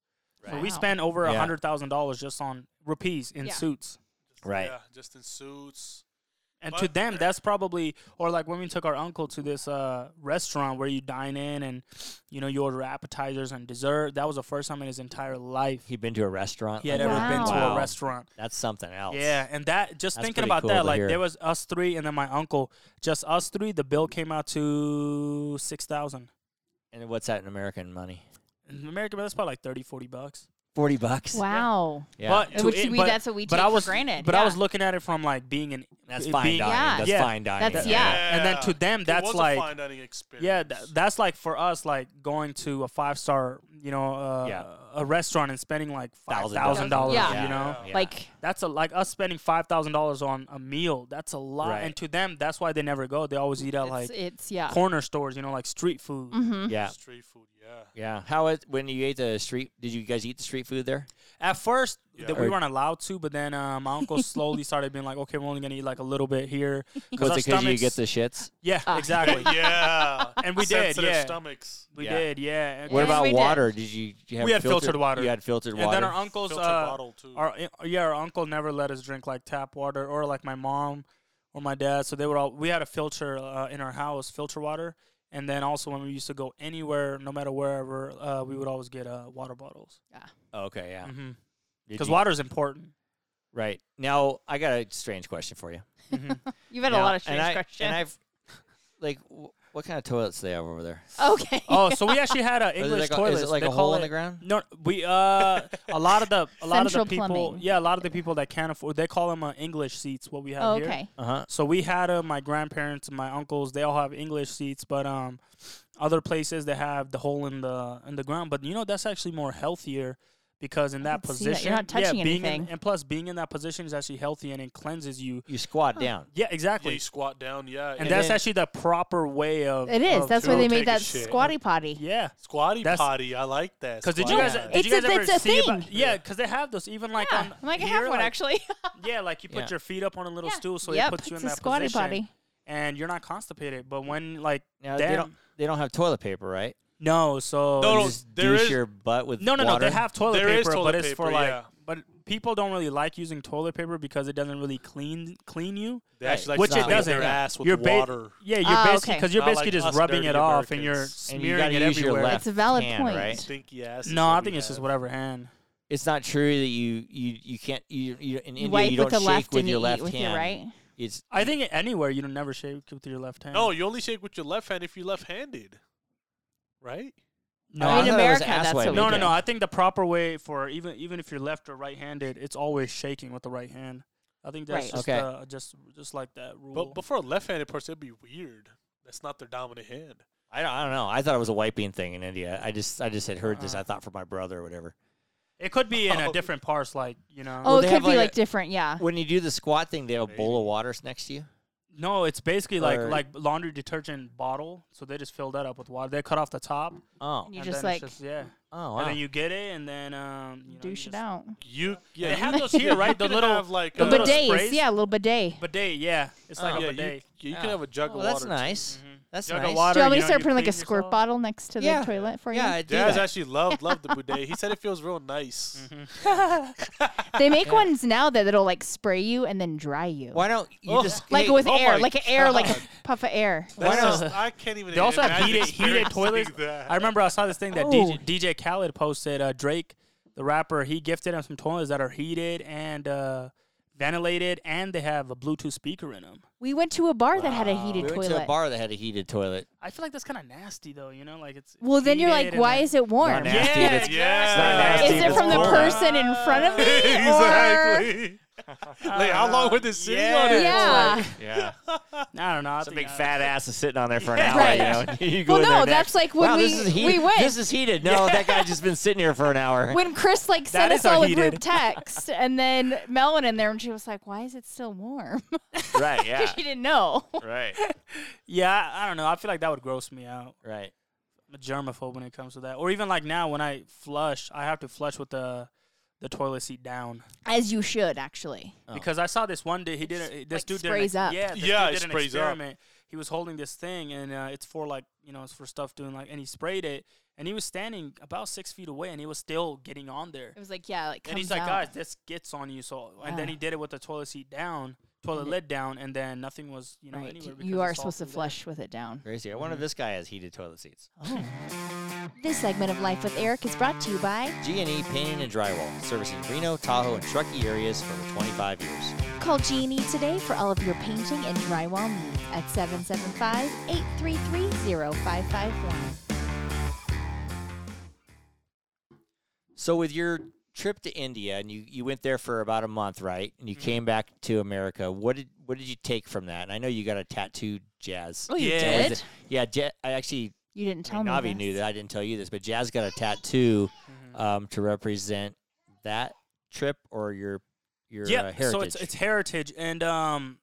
Speaker 3: So we
Speaker 1: Wow.
Speaker 3: spent over a
Speaker 2: Yeah.
Speaker 3: hundred thousand dollars just on rupees in
Speaker 1: Yeah.
Speaker 3: suits.
Speaker 2: Right.
Speaker 4: Yeah, just in suits.
Speaker 3: And to
Speaker 4: But-
Speaker 3: them, that's probably or like when we took our uncle to this uh, restaurant where you dine in and you know you order appetizers and dessert. That was the first time in his entire life he,
Speaker 2: He'd been to a restaurant.
Speaker 3: had
Speaker 2: like
Speaker 3: ever
Speaker 2: that?
Speaker 3: been to
Speaker 2: Wow.
Speaker 3: a restaurant.
Speaker 2: That's something else.
Speaker 3: Yeah, and that just
Speaker 2: That's
Speaker 3: thinking
Speaker 2: pretty
Speaker 3: about
Speaker 2: cool
Speaker 3: that,
Speaker 2: to
Speaker 3: like
Speaker 2: hear.
Speaker 3: there was us three and then my uncle, just us three. The bill came out to six thousand.
Speaker 2: And what's that in American money?
Speaker 3: In America, that's probably like 30, 40 bucks.
Speaker 2: Forty bucks.
Speaker 1: Wow.
Speaker 2: Yeah.
Speaker 3: But to
Speaker 1: Which
Speaker 3: it-
Speaker 1: we-
Speaker 3: but-
Speaker 1: that's what we
Speaker 3: but
Speaker 1: take
Speaker 3: I
Speaker 1: for
Speaker 3: was,
Speaker 1: granted,
Speaker 3: But
Speaker 1: yeah.
Speaker 3: I was looking at it from like being an
Speaker 2: that's
Speaker 3: it
Speaker 2: fine
Speaker 3: being-
Speaker 2: dining.
Speaker 1: Yeah.
Speaker 2: That's
Speaker 3: Yeah.
Speaker 2: fine dining.
Speaker 1: That's- Yeah.
Speaker 3: and then to them, that's
Speaker 4: it was
Speaker 3: like
Speaker 4: a fine dining experience.
Speaker 3: Yeah, tha that's like for us, like going to a five star, you know, uh,
Speaker 2: Yeah.
Speaker 3: a restaurant and spending like five
Speaker 2: Thousand
Speaker 3: thousand
Speaker 1: dollars.
Speaker 3: dollars.
Speaker 1: Yeah.
Speaker 3: You know,
Speaker 2: Yeah.
Speaker 1: Like
Speaker 3: that's a like us spending five thousand dollars on a meal. That's a lot,
Speaker 2: Right.
Speaker 3: and to them, that's why they never go. They always eat at
Speaker 1: it's,
Speaker 3: like
Speaker 1: it's yeah.
Speaker 3: corner stores, you know, like street food.
Speaker 1: Mm-hmm.
Speaker 2: yeah.
Speaker 4: street food. Yeah,
Speaker 2: Yeah. How it when you ate the street? Did you guys eat the street food there?
Speaker 3: At first, th-
Speaker 4: Yeah.
Speaker 3: we weren't allowed to, but then uh, my uncle slowly started being like, "Okay, we're only gonna eat like a little bit here."
Speaker 2: Was
Speaker 3: our
Speaker 2: it because you
Speaker 3: stomachs-
Speaker 2: get the shits?
Speaker 3: Yeah,
Speaker 1: Ah.
Speaker 3: exactly.
Speaker 4: yeah.
Speaker 3: And we did,
Speaker 4: Sensitive
Speaker 3: yeah.
Speaker 4: stomachs.
Speaker 3: We
Speaker 2: Yeah.
Speaker 3: did, yeah. And-
Speaker 2: What
Speaker 1: Yeah,
Speaker 2: about
Speaker 1: we did.
Speaker 2: water? Did you, did you have
Speaker 3: We had filtered water.
Speaker 2: You had filtered
Speaker 3: and
Speaker 2: water.
Speaker 3: then our uncles,
Speaker 4: Filter
Speaker 3: uh,
Speaker 4: bottle too.
Speaker 3: our uh, yeah, our uncle never let us drink like tap water or like my mom or my dad. So they would all we had a filter uh, in our house, filter water, and then also when we used to go anywhere, no matter wherever, uh, we would always get uh, water bottles
Speaker 2: Oh, okay, yeah.
Speaker 3: because
Speaker 2: Did you-
Speaker 3: water is important.
Speaker 2: Right. Now, I got a strange question for you.
Speaker 3: Mm-hmm.
Speaker 1: You've had
Speaker 2: Now,
Speaker 1: a lot of strange
Speaker 2: and I,
Speaker 1: questions.
Speaker 2: And I've, like, w- What kind of toilets they have over there?
Speaker 1: Okay.
Speaker 3: Oh, so we actually had an
Speaker 2: Or is it
Speaker 3: English
Speaker 2: like a-
Speaker 3: toilet.
Speaker 2: Is it like a hole in the ground?
Speaker 3: No, we uh a lot of the a lot
Speaker 1: Central
Speaker 3: of the people
Speaker 1: plumbing.
Speaker 3: yeah a lot of the people that can't afford they call them uh, English seats. What we have
Speaker 1: Oh,
Speaker 3: here.
Speaker 1: okay.
Speaker 2: Uh huh.
Speaker 3: So we had uh, my grandparents and my uncles. They all have English seats, but um, other places they have the hole in the in the ground. But you know that's actually more healthier because in that
Speaker 1: can see that.
Speaker 3: position,
Speaker 1: You're not touching
Speaker 3: yeah, being in-
Speaker 1: anything.
Speaker 3: and plus being in that position is actually healthy and it cleanses you.
Speaker 2: You squat down.
Speaker 3: Yeah,
Speaker 4: Yeah,
Speaker 3: exactly.
Speaker 4: you squat down. Yeah,
Speaker 3: and, that's
Speaker 2: then-
Speaker 3: actually the proper way of.
Speaker 1: It is.
Speaker 3: of
Speaker 1: That's
Speaker 3: doing-
Speaker 1: why they
Speaker 4: Go take a
Speaker 1: made that
Speaker 4: shit.
Speaker 1: squatty potty.
Speaker 3: Yeah.
Speaker 4: squatty
Speaker 3: That's-
Speaker 4: potty. I like that.
Speaker 3: Because did you
Speaker 4: squatty
Speaker 3: guys?
Speaker 4: potty.
Speaker 3: Did you
Speaker 1: It's
Speaker 3: guys
Speaker 1: a-
Speaker 3: ever
Speaker 1: it's a
Speaker 3: see about-
Speaker 1: thing.
Speaker 3: yeah, because they have those even like
Speaker 1: Yeah,
Speaker 3: on.
Speaker 1: I'm like, I
Speaker 3: here,
Speaker 1: have one
Speaker 3: like-
Speaker 1: actually.
Speaker 3: Yeah, like you put
Speaker 2: Yeah.
Speaker 3: your feet up on a little
Speaker 1: Yeah.
Speaker 3: stool, so
Speaker 1: Yep,
Speaker 3: it puts you in
Speaker 1: it's
Speaker 3: that
Speaker 1: a squatty
Speaker 3: position,
Speaker 1: potty.
Speaker 3: and you're not constipated. But when like
Speaker 2: Now,
Speaker 3: them,
Speaker 2: they don't. They don't have toilet paper, right?
Speaker 3: no, so
Speaker 4: No,
Speaker 2: You
Speaker 4: no,
Speaker 2: just
Speaker 4: there
Speaker 2: douche
Speaker 4: is-
Speaker 2: your butt with
Speaker 3: no, no, no,
Speaker 2: water?
Speaker 3: they have toilet
Speaker 4: There is
Speaker 3: paper,
Speaker 4: toilet
Speaker 3: but it's for
Speaker 4: paper,
Speaker 3: like,
Speaker 4: yeah.
Speaker 3: but people don't really like using toilet paper because it doesn't really clean clean you.
Speaker 4: They actually like
Speaker 3: Which
Speaker 4: to
Speaker 3: it
Speaker 4: clean
Speaker 3: doesn't.
Speaker 4: Their
Speaker 3: yeah.
Speaker 4: ass with
Speaker 3: you're ba-
Speaker 4: water.
Speaker 3: Yeah, you're
Speaker 1: Ah,
Speaker 3: basically
Speaker 1: okay.
Speaker 3: because you're
Speaker 4: Not like
Speaker 3: basically
Speaker 4: us
Speaker 3: just rubbing
Speaker 4: dirty
Speaker 3: it off, and you're
Speaker 4: Americans.
Speaker 2: And you
Speaker 3: smearing
Speaker 2: gotta
Speaker 3: it
Speaker 2: use your
Speaker 3: everywhere.
Speaker 2: left
Speaker 1: It's a valid
Speaker 2: hand,
Speaker 1: point.
Speaker 2: right?
Speaker 4: Stinky ass. is
Speaker 3: no,
Speaker 4: what
Speaker 3: I
Speaker 4: we
Speaker 3: think it's just
Speaker 4: have.
Speaker 3: whatever hand.
Speaker 2: it's not true that you you you can't you, you in India
Speaker 1: wipe
Speaker 2: you don't
Speaker 1: with the
Speaker 2: shake
Speaker 1: left
Speaker 2: with
Speaker 1: and
Speaker 2: your
Speaker 1: you
Speaker 2: left
Speaker 1: eat with
Speaker 2: hand.
Speaker 1: your right.
Speaker 2: It's
Speaker 3: I think anywhere you don't never shake with your left hand.
Speaker 4: No, you only shake with your left hand if you're left-handed, right?
Speaker 3: no,
Speaker 1: I
Speaker 2: I
Speaker 1: mean,
Speaker 2: thought it was
Speaker 1: America,
Speaker 2: ass
Speaker 1: that's what
Speaker 2: wiping.
Speaker 1: we
Speaker 3: No,
Speaker 1: do.
Speaker 3: no, no. I think the proper way for even even if you're left or right-handed, it's always shaking with the right hand. I think that's
Speaker 1: Right.
Speaker 3: just
Speaker 2: Okay.
Speaker 3: uh, just just like that rule.
Speaker 4: But but for a left-handed person, it'd be weird. That's not their dominant hand.
Speaker 2: I don't, I don't know. I thought it was a wiping thing in India. I just I just had heard this.
Speaker 1: Uh-huh.
Speaker 3: Uh.
Speaker 2: I thought for my brother or whatever.
Speaker 3: it could be in
Speaker 4: Oh.
Speaker 3: a different parts, like you know.
Speaker 1: Oh,
Speaker 2: Well,
Speaker 1: it
Speaker 2: they
Speaker 1: could
Speaker 2: have,
Speaker 1: be
Speaker 2: like,
Speaker 1: like,
Speaker 2: a-
Speaker 1: different. Yeah.
Speaker 2: When you do the squat thing, they have a bowl of water next to you.
Speaker 3: No, it's basically like
Speaker 2: Or-
Speaker 3: like laundry detergent bottle. So they just fill that up with water. They cut off the top.
Speaker 2: Oh,
Speaker 1: You
Speaker 3: and
Speaker 1: just
Speaker 3: then it's
Speaker 1: like
Speaker 3: yeah.
Speaker 2: oh,
Speaker 3: And
Speaker 2: wow.
Speaker 3: then you get it, and then um, you know, you
Speaker 1: douche it
Speaker 3: just-
Speaker 1: out.
Speaker 4: You yeah,
Speaker 3: They
Speaker 4: you-
Speaker 3: have those here, right? The
Speaker 4: you could
Speaker 3: little-
Speaker 4: have like
Speaker 3: the
Speaker 4: a-
Speaker 3: little
Speaker 1: bidets,
Speaker 3: sprays?
Speaker 1: yeah, a little bidet.
Speaker 3: Bidet, yeah. It's like
Speaker 2: Oh.
Speaker 3: a
Speaker 4: yeah, you,
Speaker 3: bidet. Oh,
Speaker 4: you
Speaker 2: Yeah.
Speaker 4: can have a jug
Speaker 2: Well,
Speaker 4: of
Speaker 2: Oh, that's
Speaker 4: water. Mm-hmm.
Speaker 2: nice. That's
Speaker 3: Jug of
Speaker 2: nice.
Speaker 3: water,
Speaker 1: Do you want me
Speaker 3: you
Speaker 1: to
Speaker 3: know,
Speaker 1: start putting like a
Speaker 3: clean
Speaker 1: squirt
Speaker 3: yourself.
Speaker 1: bottle next to
Speaker 2: Yeah.
Speaker 1: the toilet for
Speaker 2: Yeah, I
Speaker 1: you?
Speaker 2: do
Speaker 4: Jazz
Speaker 2: that.
Speaker 4: actually loved loved the bidet. He said it feels real nice.
Speaker 3: Mm-hmm.
Speaker 1: They make ones now that it'll like spray you and then dry you.
Speaker 2: Why don't you
Speaker 4: Oh.
Speaker 2: just
Speaker 1: Like
Speaker 2: hey,
Speaker 1: with
Speaker 4: oh my
Speaker 1: air, like an air, like a
Speaker 4: God.
Speaker 1: puff of air.
Speaker 2: Why
Speaker 4: That's
Speaker 2: not?
Speaker 4: just- I can't even.
Speaker 3: They also have
Speaker 4: imagine
Speaker 3: heated heated toilets.
Speaker 4: experiencing that.
Speaker 3: I remember I saw this thing that DJ, DJ Khaled posted. Uh, Drake, the rapper, he gifted him some toilets that are heated and uh, ventilated, and they have a Bluetooth speaker in them.
Speaker 1: We went to a bar that had a
Speaker 2: we
Speaker 1: heated
Speaker 2: went
Speaker 1: toilet.
Speaker 2: to a bar that had a heated toilet.
Speaker 3: I feel like that's kind of nasty, though. You know, like it's.
Speaker 1: Well, then you're like, why is it warm?
Speaker 2: Not
Speaker 1: Is
Speaker 2: nasty
Speaker 3: Yeah,
Speaker 2: if it's-
Speaker 4: yeah.
Speaker 2: It's not nasty if
Speaker 1: it
Speaker 2: it's
Speaker 1: from the
Speaker 2: warm.
Speaker 1: person in front of me? Or...
Speaker 4: exactly. like how long were they sitting on it?
Speaker 1: Yeah.
Speaker 2: Yeah,
Speaker 3: I don't know. I
Speaker 2: some big
Speaker 3: think I-
Speaker 2: fat ass is sitting on there for an hour.
Speaker 1: Right.
Speaker 2: You know, you go
Speaker 1: Well,
Speaker 2: in there
Speaker 1: no,
Speaker 2: and that-
Speaker 1: that's like when
Speaker 2: wow,
Speaker 1: we
Speaker 2: this is
Speaker 1: we
Speaker 2: heated.
Speaker 1: went.
Speaker 2: This is heated. No, that guy's just been sitting here for an hour.
Speaker 1: when Chris like
Speaker 3: That
Speaker 1: sent us
Speaker 3: is our
Speaker 1: all a
Speaker 3: heated.
Speaker 1: group text, and then Mel went in there and she was like, "Why is it still warm?"
Speaker 2: right? Yeah.
Speaker 1: she didn't know.
Speaker 2: right.
Speaker 3: Yeah, I, I don't know. I feel like that would gross me out.
Speaker 2: Right.
Speaker 3: I'm a germaphobe when it comes to that. Or even like now when I flush, I have to flush with the the toilet seat down
Speaker 1: As you should, actually.
Speaker 2: Oh.
Speaker 3: because I saw this one dude. He did a, this
Speaker 1: like
Speaker 3: dude
Speaker 1: sprays
Speaker 3: did an,
Speaker 1: up.
Speaker 3: Yeah, this
Speaker 4: Yeah,
Speaker 3: dude
Speaker 4: it
Speaker 3: did an
Speaker 4: sprays up.
Speaker 3: experiment. He was holding this thing, and uh, it's for like you know, it's for stuff doing like, and he sprayed it, and he was standing about six feet away, and he was still getting on there.
Speaker 1: It was like, yeah, like comes
Speaker 3: And he's like,
Speaker 1: out.
Speaker 3: guys, this gets on you. So, and then
Speaker 1: Yeah.
Speaker 3: he did it with the toilet seat down, toilet
Speaker 1: And it-
Speaker 3: lid down, and then nothing was you know
Speaker 1: Right,
Speaker 3: anywhere. because
Speaker 1: you are
Speaker 3: it's all
Speaker 1: supposed to
Speaker 3: through there.
Speaker 1: flush with it down.
Speaker 2: Crazy. I wonder if this guy has heated toilet seats.
Speaker 1: This segment of Life with Eric is brought to you by
Speaker 2: G&E Painting and Drywall, servicing Reno, Tahoe, and Truckee areas for over 25 years.
Speaker 1: Call G&E today for all of your painting and drywall needs at 775-833-0551.
Speaker 2: So with your trip to India, and you, you went there for about a month, right? And you
Speaker 1: Mm-hmm.
Speaker 2: came back to America. What did what did you take from that? And I know you got a tattoo, Jazz.
Speaker 1: Oh, you
Speaker 3: Yeah.
Speaker 2: That
Speaker 1: did?
Speaker 2: was the- yeah, Ja- I actually
Speaker 1: you didn't
Speaker 2: I
Speaker 1: tell
Speaker 2: mean,
Speaker 1: me.
Speaker 2: Navi
Speaker 1: this.
Speaker 2: knew that. I didn't tell you this, but Jazz got a tattoo
Speaker 3: Mm-hmm.
Speaker 2: um, to represent that trip or your your
Speaker 3: yeah,
Speaker 2: uh, heritage.
Speaker 3: so it's it's heritage, and um,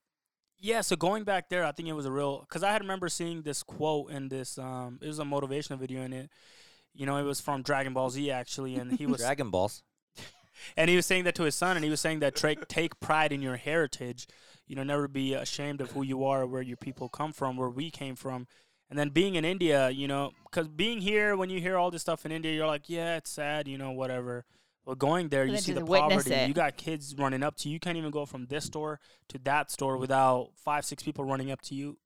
Speaker 3: yeah. So going back there, I think it was a real because I had remember seeing this quote in this um, it was a motivational video, and it, you know, it was from Dragon Ball Z actually, and he was
Speaker 2: Dragon Balls.
Speaker 3: and he was saying that to his son, and he was saying that take take pride in your heritage, you know, never be ashamed of who you are, where your people come from, where we came from. And then being in India, you know, because being here, when you hear all this stuff in India, you're like, yeah, it's sad, you know, whatever. But going there,
Speaker 1: But
Speaker 3: you
Speaker 1: then
Speaker 3: see
Speaker 1: to
Speaker 3: the
Speaker 1: witness
Speaker 3: poverty.
Speaker 1: it.
Speaker 3: You got kids running up to you. You can't even go from this store to that store without five, six people running up to you,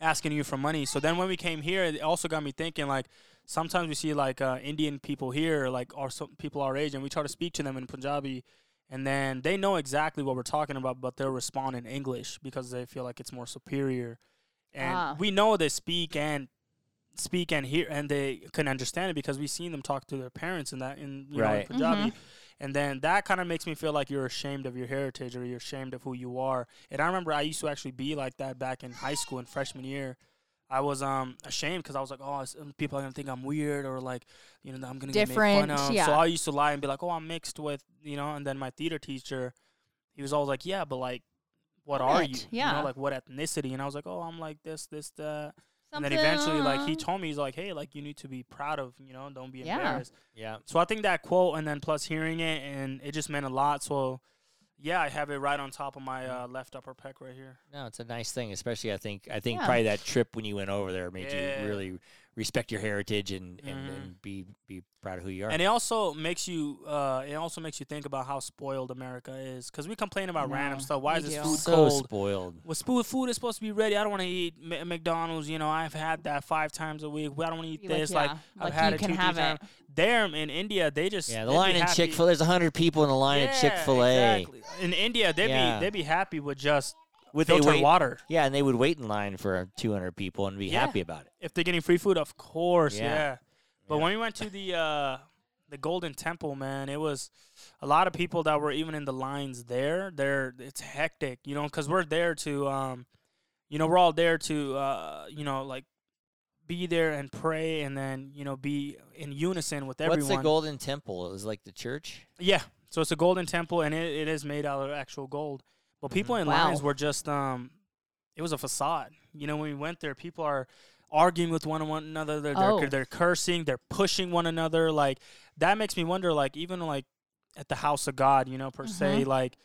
Speaker 3: asking you for money. So then when we came here, it also got me thinking, like, sometimes we see like uh, Indian people here, like or some people our age, and we try to speak to them in Punjabi, and then they know exactly what we're talking about, but they'll respond in English because they feel like it's more superior. and
Speaker 1: Ah.
Speaker 3: we know they speak and speak and hear and they can understand it because we've seen them talk to their parents and that in you
Speaker 2: Right.
Speaker 3: know in Punjabi. And then that kind of makes me feel like you're ashamed of your heritage or you're ashamed of who you are. And I remember I used to actually be like that back in high school in freshman year. I was um ashamed because I was like, oh, s- people are gonna think I'm weird or like, you know, I'm gonna get
Speaker 1: Different,
Speaker 3: made fun of. So
Speaker 1: yeah.
Speaker 3: I used to lie and be like, oh, I'm mixed with, you know. And then my theater teacher, he was always like, yeah, but like, what, are
Speaker 1: What?
Speaker 3: you? You
Speaker 1: Yeah.
Speaker 3: know, like what ethnicity? And I was like, oh, I'm like this, this, that. And then
Speaker 1: Something,
Speaker 3: eventually, like he
Speaker 1: uh,
Speaker 3: told me, he's like, hey, like you need to be proud of, you know, don't be
Speaker 1: Yeah.
Speaker 3: embarrassed.
Speaker 2: Yeah.
Speaker 3: So I think that quote, and then plus hearing it, and it just meant a lot. So yeah, I have it right on top of my uh, left upper pec right here.
Speaker 2: No, it's a nice thing, especially I think I think
Speaker 1: Yeah.
Speaker 2: probably that trip when you went over there made
Speaker 3: Yeah.
Speaker 2: you really respect your heritage and, and,
Speaker 3: Mhm.
Speaker 2: and be be proud of who you are.
Speaker 3: And it also makes you, uh, it also makes you think about how spoiled America is, because we complain about random
Speaker 1: No,
Speaker 3: stuff. Why
Speaker 1: we
Speaker 3: is this
Speaker 1: do.
Speaker 3: food
Speaker 2: so
Speaker 3: cold?
Speaker 2: spoiled.
Speaker 3: Well, spoon food is supposed to be ready. I don't want to eat Ma- McDonald's. You know, I've had that five times a week. I don't want to eat
Speaker 1: Be
Speaker 3: this. Like,
Speaker 1: yeah,
Speaker 3: I've had
Speaker 1: you
Speaker 3: it
Speaker 1: can
Speaker 3: two,
Speaker 1: have
Speaker 3: three
Speaker 1: it.
Speaker 3: times. There in India, they just
Speaker 2: Yeah,
Speaker 3: they'd
Speaker 2: the
Speaker 3: be
Speaker 2: line at
Speaker 3: happy-
Speaker 2: Chick Fil. There's hundred people in the line at
Speaker 3: Yeah,
Speaker 2: Chick Fil A.
Speaker 3: exactly. In India, they
Speaker 2: Yeah.
Speaker 3: be they be happy with just
Speaker 2: With they
Speaker 3: filtered
Speaker 2: wait,
Speaker 3: water.
Speaker 2: yeah, and they would wait in line for two hundred people and be
Speaker 3: Yeah.
Speaker 2: happy about it.
Speaker 3: if they're getting free food, of course,
Speaker 2: Yeah.
Speaker 3: yeah. But
Speaker 2: Yeah.
Speaker 3: when we went to the uh, the Golden Temple, man, it was a lot of people that were even in the lines there. There, it's hectic, you know, because we're there to, um, you know, we're all there to, uh, you know, like be there and pray, and then you know, be in unison with everyone.
Speaker 2: What's the Golden Temple? Is like the church.
Speaker 3: Yeah, so it's a golden temple, and it, it is made out of actual gold. But people in
Speaker 1: Wow.
Speaker 3: lines were just um, it was a facade. You know, when we went there, people are arguing with one, one another. They're,
Speaker 1: Oh.
Speaker 3: they're they're cursing. They're pushing one another. Like that makes me wonder. Like even like at the house of God, you know, per se,
Speaker 1: Mm-hmm.
Speaker 3: like.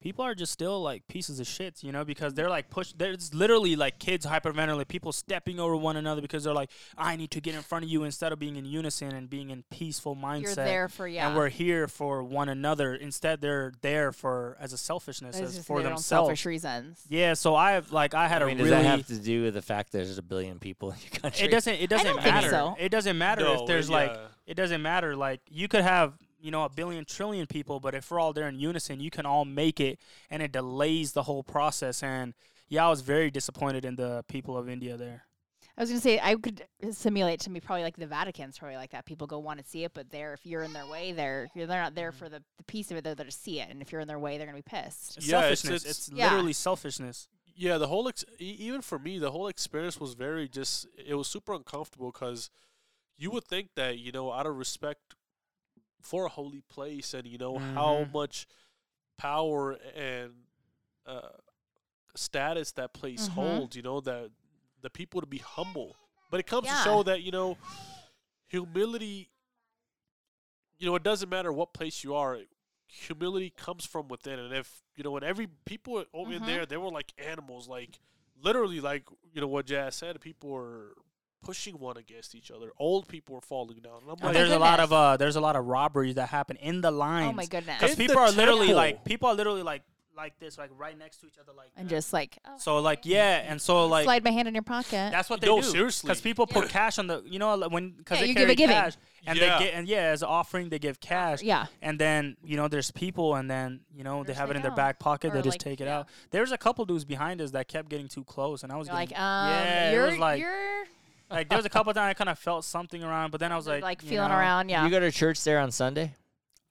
Speaker 3: People are just still like pieces of shit, you know, because they're like push. There's literally like kids hyperventilating, people stepping over one another because they're like, "I need to get in front of you" instead of being in unison and being in peaceful mindset
Speaker 1: You're there for yeah.
Speaker 3: and we're here for one another. Instead, they're there for as a selfishness
Speaker 1: It's
Speaker 3: as
Speaker 1: just
Speaker 3: for
Speaker 1: their own
Speaker 3: themselves.
Speaker 1: selfish reasons.
Speaker 3: Yeah, so I have like I had
Speaker 2: I mean,
Speaker 3: a
Speaker 2: does
Speaker 3: really.
Speaker 2: that have to do with the fact that there's a billion people in your country?
Speaker 3: it doesn't. It doesn't
Speaker 1: don't think
Speaker 3: matter.
Speaker 1: so.
Speaker 3: It doesn't matter
Speaker 4: No,
Speaker 3: if there's like.
Speaker 4: yeah.
Speaker 3: It doesn't matter. Like you could have you know a billion trillion people, but if we're all there in unison, you can all make it, and it delays the whole process. And yeah, I was very disappointed in the people of India there.
Speaker 1: I was gonna say I could simulate to me probably like the Vatican's probably like that. People go want to see it, but they're if you're in their way, they're you're, they're not
Speaker 3: Mm.
Speaker 1: there for the, the piece of it. They're there to see it, and if you're in their way, they're gonna be pissed.
Speaker 3: It's
Speaker 4: Yeah, it's-
Speaker 3: selfishness.
Speaker 4: it's-
Speaker 3: It's,
Speaker 1: Yeah.
Speaker 3: literally selfishness.
Speaker 4: Yeah, the whole ex- e- even for me, the whole experience was very just. It was super uncomfortable because you would think that you know, out of respect for a holy place, and you know how
Speaker 3: Mhm.
Speaker 4: much power and uh, status that place
Speaker 1: Mhm.
Speaker 4: holds, you know that the people to be humble. But it comes
Speaker 1: Yeah.
Speaker 4: to show that you know, humility. You know, it doesn't matter what place you are humility comes from within and if you know and every people over in
Speaker 1: Mhm.
Speaker 4: there they were like animals like literally like you know what jazz said people were pushing one against each other old people were falling down and i'm
Speaker 3: And
Speaker 4: like
Speaker 3: there's a lot of
Speaker 1: Oh goodness.
Speaker 3: uh, there's a lot of robberies that happen in the lines.
Speaker 1: Oh my goodness!
Speaker 3: because
Speaker 4: In the
Speaker 3: people are literally
Speaker 4: temple.
Speaker 3: like people are literally like like this like right next to each other like
Speaker 1: And
Speaker 3: that.
Speaker 1: just like oh,
Speaker 3: so like yeah and so like
Speaker 1: slide my hand in your pocket.
Speaker 3: that's what they
Speaker 4: No,
Speaker 3: do
Speaker 4: seriously.
Speaker 3: because people put
Speaker 4: Yeah.
Speaker 3: cash on the you know like, when because
Speaker 1: Yeah,
Speaker 3: they
Speaker 1: you give
Speaker 3: carry
Speaker 1: a giving. Uh,
Speaker 3: cash and
Speaker 4: Yeah.
Speaker 3: they get and yeah as an offering they give cash
Speaker 1: yeah,
Speaker 3: and then you know there's people and then you know they
Speaker 1: Just
Speaker 3: have it
Speaker 1: take
Speaker 3: in their
Speaker 1: it
Speaker 3: back pocket they
Speaker 1: Or,
Speaker 3: just
Speaker 1: like,
Speaker 3: take it
Speaker 1: yeah.
Speaker 3: out there's a couple dudes behind us that kept getting too close and I was
Speaker 1: you're
Speaker 3: getting,
Speaker 1: like um,
Speaker 3: yeah it
Speaker 1: you're
Speaker 3: was like
Speaker 1: you're
Speaker 3: like there was a couple times I kind of felt something around but then I was
Speaker 1: like,
Speaker 3: like you
Speaker 1: feeling
Speaker 3: know,
Speaker 1: around. Yeah,
Speaker 2: You go to church there on Sunday?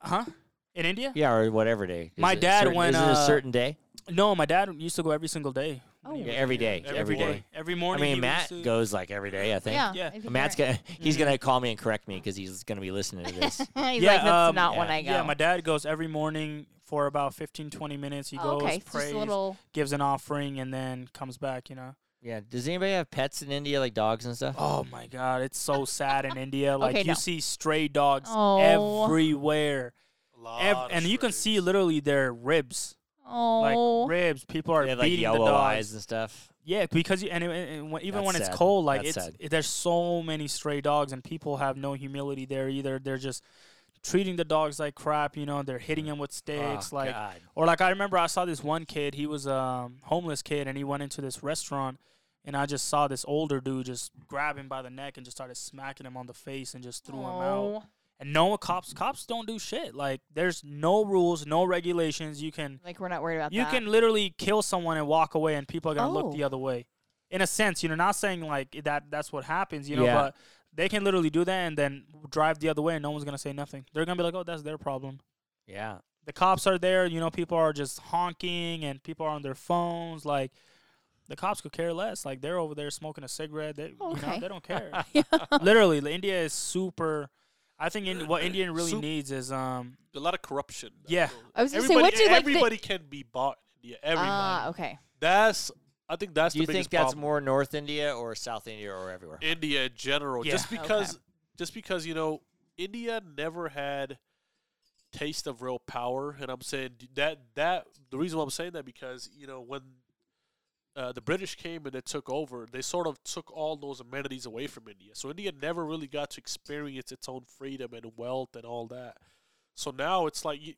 Speaker 3: huh in India
Speaker 2: Yeah, or whatever day. Is
Speaker 3: My
Speaker 2: it a
Speaker 3: dad
Speaker 2: certain,
Speaker 3: went,
Speaker 2: Is it a
Speaker 3: uh,
Speaker 2: certain day?
Speaker 3: no my dad used to go every single day when he
Speaker 1: Oh.
Speaker 2: Yeah,
Speaker 3: was
Speaker 2: every
Speaker 3: there.
Speaker 2: day. Every
Speaker 4: morning.
Speaker 2: day.
Speaker 3: every
Speaker 2: I
Speaker 3: morning
Speaker 2: mean,
Speaker 3: he
Speaker 2: Matt
Speaker 3: used to-
Speaker 2: goes like every day. I think.
Speaker 1: yeah.
Speaker 3: Yeah.
Speaker 1: if you
Speaker 2: Matt's
Speaker 1: hear it.
Speaker 2: gonna he's
Speaker 3: Mhm.
Speaker 2: gonna call me and correct me because he's gonna be listening to this.
Speaker 1: He's
Speaker 3: Yeah,
Speaker 1: like that's
Speaker 3: um,
Speaker 1: not when
Speaker 2: yeah.
Speaker 1: I go.
Speaker 3: Yeah, my dad goes every morning for about 15, 20 minutes. He
Speaker 1: Oh,
Speaker 3: goes,
Speaker 1: okay, it's
Speaker 3: prays,
Speaker 1: just a little.
Speaker 3: gives an offering, and then comes back, you know.
Speaker 2: yeah. Does anybody have pets in India like dogs and stuff?
Speaker 3: Oh my God, it's so sad in India. Like,
Speaker 1: Okay,
Speaker 3: you
Speaker 1: no.
Speaker 3: see stray dogs
Speaker 1: Oh.
Speaker 3: everywhere.
Speaker 4: a lot
Speaker 3: Ev-
Speaker 4: of
Speaker 3: and you can
Speaker 4: strays.
Speaker 3: see literally their ribs.
Speaker 1: Oh,
Speaker 3: Like, ribs. People are
Speaker 2: They have like
Speaker 3: beating the
Speaker 2: yellow
Speaker 3: dogs.
Speaker 2: eyes and stuff.
Speaker 3: Yeah, because you, and, it- and, and when- even
Speaker 2: That's
Speaker 3: when it's
Speaker 2: sad.
Speaker 3: cold, like
Speaker 2: That's
Speaker 3: it's
Speaker 2: sad.
Speaker 3: it, there's so many stray dogs, and people have no humility there either. They're just treating the dogs like crap. You know, they're hitting them with sticks.
Speaker 2: Oh,
Speaker 3: like
Speaker 2: God.
Speaker 3: Or like I remember I saw this one kid, he was a homeless kid and he went into this restaurant and I just saw this older dude just grab him by the neck and just started smacking him on the face and just threw him out.
Speaker 1: oh.
Speaker 3: And no cops cops don't do shit. Like there's no rules, no regulations. You can
Speaker 1: Like we're not worried about
Speaker 3: you
Speaker 1: that.
Speaker 3: can literally kill someone and walk away and people are gonna look the
Speaker 1: Oh.
Speaker 3: other way. in a sense, you know, not saying like that that's what happens, you know,
Speaker 2: Yeah.
Speaker 3: but they can literally do that and then drive the other way and no one's gonna say nothing. They're gonna be like, Oh, that's their problem.
Speaker 2: Yeah.
Speaker 3: The cops are there, you know, people are just honking and people are on their phones, like the cops could care less. Like they're over there smoking a cigarette. They you know,
Speaker 1: Okay.
Speaker 3: they don't care. Literally, like, India is super I think in, what India really
Speaker 4: Sup-
Speaker 3: needs is um
Speaker 4: a lot of corruption. that
Speaker 3: Yeah.
Speaker 4: goes-
Speaker 1: I was gonna say,
Speaker 4: everybody,
Speaker 1: what do you like the-
Speaker 4: everybody can be bought. Yeah, everybody.
Speaker 1: Ah, okay.
Speaker 4: that's I think that's
Speaker 2: Do you
Speaker 4: the
Speaker 2: think
Speaker 4: biggest
Speaker 2: that's
Speaker 4: problem.
Speaker 2: more North India or South India or everywhere?
Speaker 4: India in general.
Speaker 3: Yeah.
Speaker 4: Just
Speaker 1: Okay.
Speaker 4: because, just because you know, India never had taste of real power, and I'm saying d- that that the reason why I'm saying that because you know when uh, the British came and they took over, they sort of took all those amenities away from India. So India never really got to experience its own freedom and wealth and all that. So now it's like you,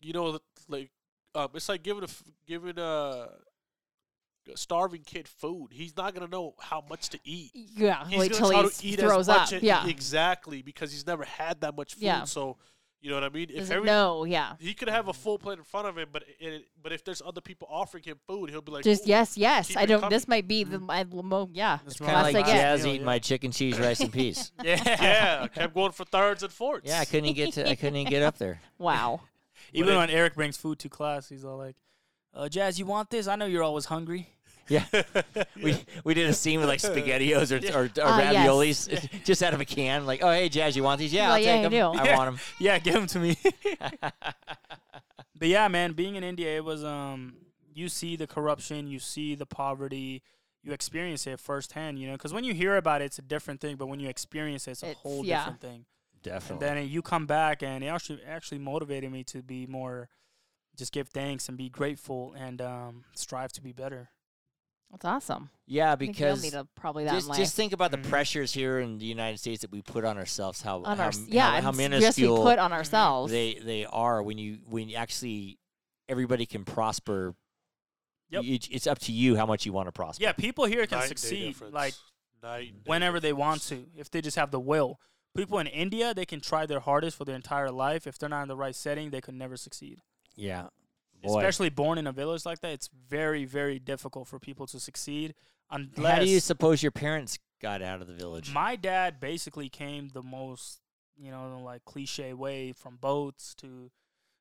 Speaker 4: you know, like um, it's like giving a f- giving a starving kid food. He's not gonna know how much to eat
Speaker 1: Yeah.
Speaker 4: he's
Speaker 1: wait
Speaker 4: gonna
Speaker 1: till he
Speaker 4: try to
Speaker 1: s-
Speaker 4: eat
Speaker 1: throws
Speaker 4: as
Speaker 1: up.
Speaker 4: much a-
Speaker 1: yeah.
Speaker 4: exactly because he's never had that much food.
Speaker 1: Yeah.
Speaker 4: So you know what I mean? If
Speaker 1: Doesn't
Speaker 4: every
Speaker 1: know. Yeah.
Speaker 4: he could have a full plate in front of him, but it, but if there's other people offering him food, he'll be like,
Speaker 1: Just
Speaker 4: "Ooh,
Speaker 1: yes, yes.
Speaker 4: keep
Speaker 1: I
Speaker 4: it
Speaker 1: don't.
Speaker 4: coming."
Speaker 1: This might be the my mo. Yeah.
Speaker 3: That's
Speaker 2: Kind of
Speaker 1: Classic
Speaker 2: like
Speaker 1: yeah.
Speaker 2: Jazz eating my chicken cheese rice and peas.
Speaker 3: Yeah.
Speaker 4: yeah." I kept going for thirds and fourths.
Speaker 2: Yeah, I couldn't even get to. I couldn't even get up there.
Speaker 1: Wow.
Speaker 3: Even
Speaker 4: it-
Speaker 3: when Eric brings food to class, he's all like, uh, Jazz, you want this? I know you're always hungry.
Speaker 2: Yeah, we we did a scene with like spaghettios or or, or
Speaker 1: Ah, yes.
Speaker 2: raviolis, just out of a can. Like, oh hey, Jazz, you want these? Yeah,
Speaker 1: Well,
Speaker 2: I'll
Speaker 1: yeah,
Speaker 2: take
Speaker 1: I
Speaker 2: them.
Speaker 1: do.
Speaker 2: I want them.
Speaker 3: Yeah, give them to me. but yeah, man, being in India, it was um, you see the corruption, you see the poverty, you experience it firsthand, you know, because when you hear about it, it's a different thing, but when you experience it, it's a
Speaker 1: It's-
Speaker 3: whole
Speaker 1: yeah.
Speaker 3: different thing. And
Speaker 2: Definitely.
Speaker 3: then you come back, and it actually actually motivated me to be more, just give thanks and be grateful and um, strive to be better.
Speaker 1: That's awesome.
Speaker 2: Yeah,
Speaker 1: I think you'll
Speaker 2: because
Speaker 1: need a, probably that in
Speaker 2: just
Speaker 1: life.
Speaker 2: just think about the
Speaker 3: Mhm.
Speaker 2: pressures here in the United States that we put on ourselves. How
Speaker 1: on
Speaker 2: how,
Speaker 1: our
Speaker 2: how-
Speaker 1: yeah,
Speaker 2: how
Speaker 1: and stress we
Speaker 2: minuscule
Speaker 1: put on ourselves.
Speaker 2: they they are when you when you actually everybody can prosper.
Speaker 3: Yep.
Speaker 2: You- it's up to you how much you want to prosper.
Speaker 3: Yeah, people here can
Speaker 4: Night and day
Speaker 3: succeed.
Speaker 4: difference.
Speaker 3: Like
Speaker 4: Night and day
Speaker 3: whenever they want
Speaker 4: difference.
Speaker 3: to, if they just have the will. People in India, they can try their hardest for their entire life. If they're not in the right setting, they could never succeed.
Speaker 2: Yeah. Boy.
Speaker 3: Especially born in a village like that, it's very, very difficult for people to succeed. Unless
Speaker 2: how do you suppose your parents got out of the village?
Speaker 3: my dad basically came the most, you know, like cliche way from boats to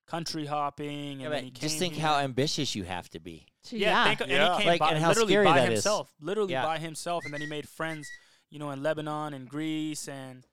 Speaker 3: country hopping, and
Speaker 2: Yeah,
Speaker 3: then
Speaker 2: but
Speaker 3: he
Speaker 2: just
Speaker 3: came
Speaker 2: think
Speaker 3: here.
Speaker 2: how ambitious you have to be.
Speaker 1: So,
Speaker 3: Yeah,
Speaker 1: yeah.
Speaker 3: Think, and
Speaker 4: Yeah.
Speaker 3: he came
Speaker 2: Like,
Speaker 3: by,
Speaker 2: and how
Speaker 3: literally
Speaker 2: scary
Speaker 3: by
Speaker 2: that is.
Speaker 3: himself, literally
Speaker 2: Yeah.
Speaker 3: by himself, and then he made friends, you know, in Lebanon and Greece, and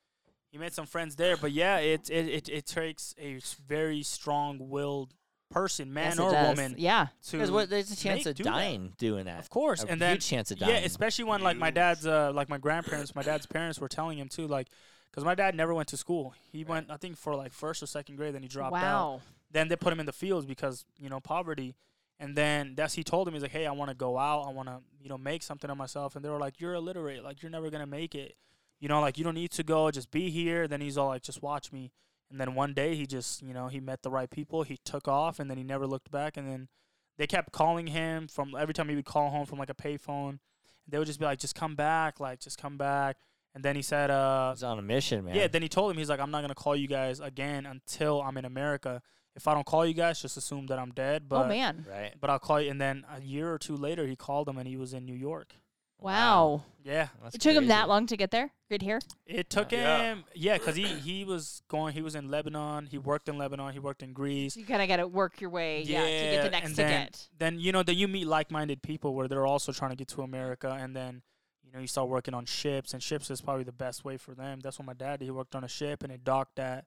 Speaker 3: he made some friends there. But yeah, it it it, it takes a s- very strong-willed person, man
Speaker 1: Yes, it
Speaker 3: or
Speaker 1: does.
Speaker 3: woman,
Speaker 1: Yeah.
Speaker 3: to
Speaker 2: Because what there's a
Speaker 3: make
Speaker 2: chance of
Speaker 3: do that.
Speaker 2: dying doing that.
Speaker 3: Of course,
Speaker 2: A
Speaker 3: and then
Speaker 2: huge chance of dying.
Speaker 3: yeah, especially when like my
Speaker 4: Huge.
Speaker 3: dad's uh, like my grandparents, my dad's parents were telling him too, like. Because my dad never went to school. He went, I think, for like first or second grade. Then he dropped out
Speaker 1: Wow.
Speaker 3: then they put him in the fields because you know poverty and then that's he told him he's like hey i want to go out i want to you know make something of myself and they were like you're illiterate like you're never gonna make it you know like you don't need to go just be here then he's all like just watch me and then one day he just you know he met the right people he took off and then he never looked back and then they kept calling him from every time he would call home from like a payphone they would just be like just come back like just come back and then he said uh
Speaker 2: He's on a mission, man.
Speaker 3: yeah, then he told him he's like, I'm not gonna call you guys again until I'm in America. If I don't call you guys, just assume that I'm dead. But
Speaker 1: oh man.
Speaker 2: right.
Speaker 3: but I'll call you. And then a year or two later, he called him and he was in New York.
Speaker 1: Wow.
Speaker 3: Yeah,
Speaker 2: That's
Speaker 1: It took him that
Speaker 2: crazy.
Speaker 1: long to get there. Good here.
Speaker 3: it took
Speaker 4: Yeah.
Speaker 3: him. Yeah, because he he was going. He was in Lebanon. He worked in Lebanon. He worked in Greece.
Speaker 1: So you kind of got to work your way, yeah, to get the next
Speaker 3: and then,
Speaker 1: ticket.
Speaker 3: Then you know, then you meet like-minded people where they're also trying to get to America, and then you know you start working on ships, and ships is probably the best way for them. That's what my dad did. He worked on a ship, and it docked at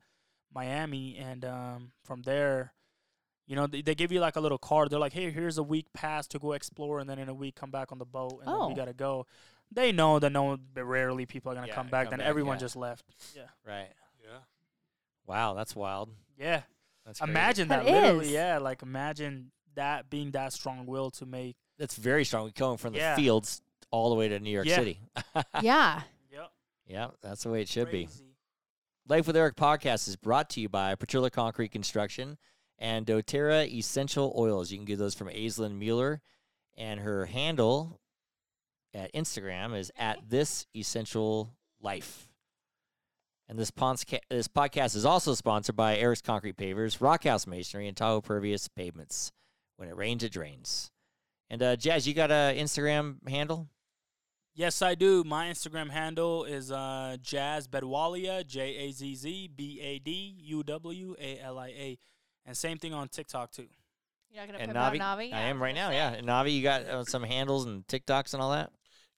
Speaker 3: Miami, and um, from there, you know, they, they give you like a little card. They're like, hey, here's a week pass to go explore, and then in a week come back on the boat, and then
Speaker 1: Oh.
Speaker 3: we gotta go. They know that no, but rarely people are gonna
Speaker 2: Yeah,
Speaker 3: come back.
Speaker 2: come
Speaker 3: then
Speaker 2: back,
Speaker 3: everyone
Speaker 2: yeah.
Speaker 3: just left.
Speaker 2: Right.
Speaker 4: Yeah.
Speaker 2: Wow, that's wild.
Speaker 3: Yeah.
Speaker 2: That's crazy.
Speaker 3: Imagine
Speaker 1: That
Speaker 3: that, literally,
Speaker 1: is.
Speaker 3: yeah. Like imagine that being that strong will to make.
Speaker 2: That's very strong. We're going from the
Speaker 3: Yeah.
Speaker 2: fields all the way to New York
Speaker 3: Yeah.
Speaker 2: City.
Speaker 1: yeah.
Speaker 3: Yep.
Speaker 2: yeah, that's the way it should be. Life with Eric podcast is brought to you by Petrillo Concrete Construction and doTERRA essential oils. You can get those from Aislinn Mueller, and her handle at Instagram is at this essential life. And this, ponsca- this podcast is also sponsored by Eric's Concrete Pavers, Rockhouse Masonry, and Tahoe Pervious Pavements. When it rains, it drains. And uh, Jazz, you got a Instagram handle?
Speaker 3: Yes, I do. My Instagram handle is uh, Jazz Bedwalia, J A Z Z B A D U W A L I A, and same thing on TikTok too.
Speaker 1: You're not gonna
Speaker 2: And
Speaker 1: put out
Speaker 2: Navi,
Speaker 1: Navi. Yeah,
Speaker 2: I am
Speaker 1: was
Speaker 2: right
Speaker 1: gonna
Speaker 2: now.
Speaker 1: say.
Speaker 2: Yeah, and Navi, you got uh, some handles and TikToks and all that.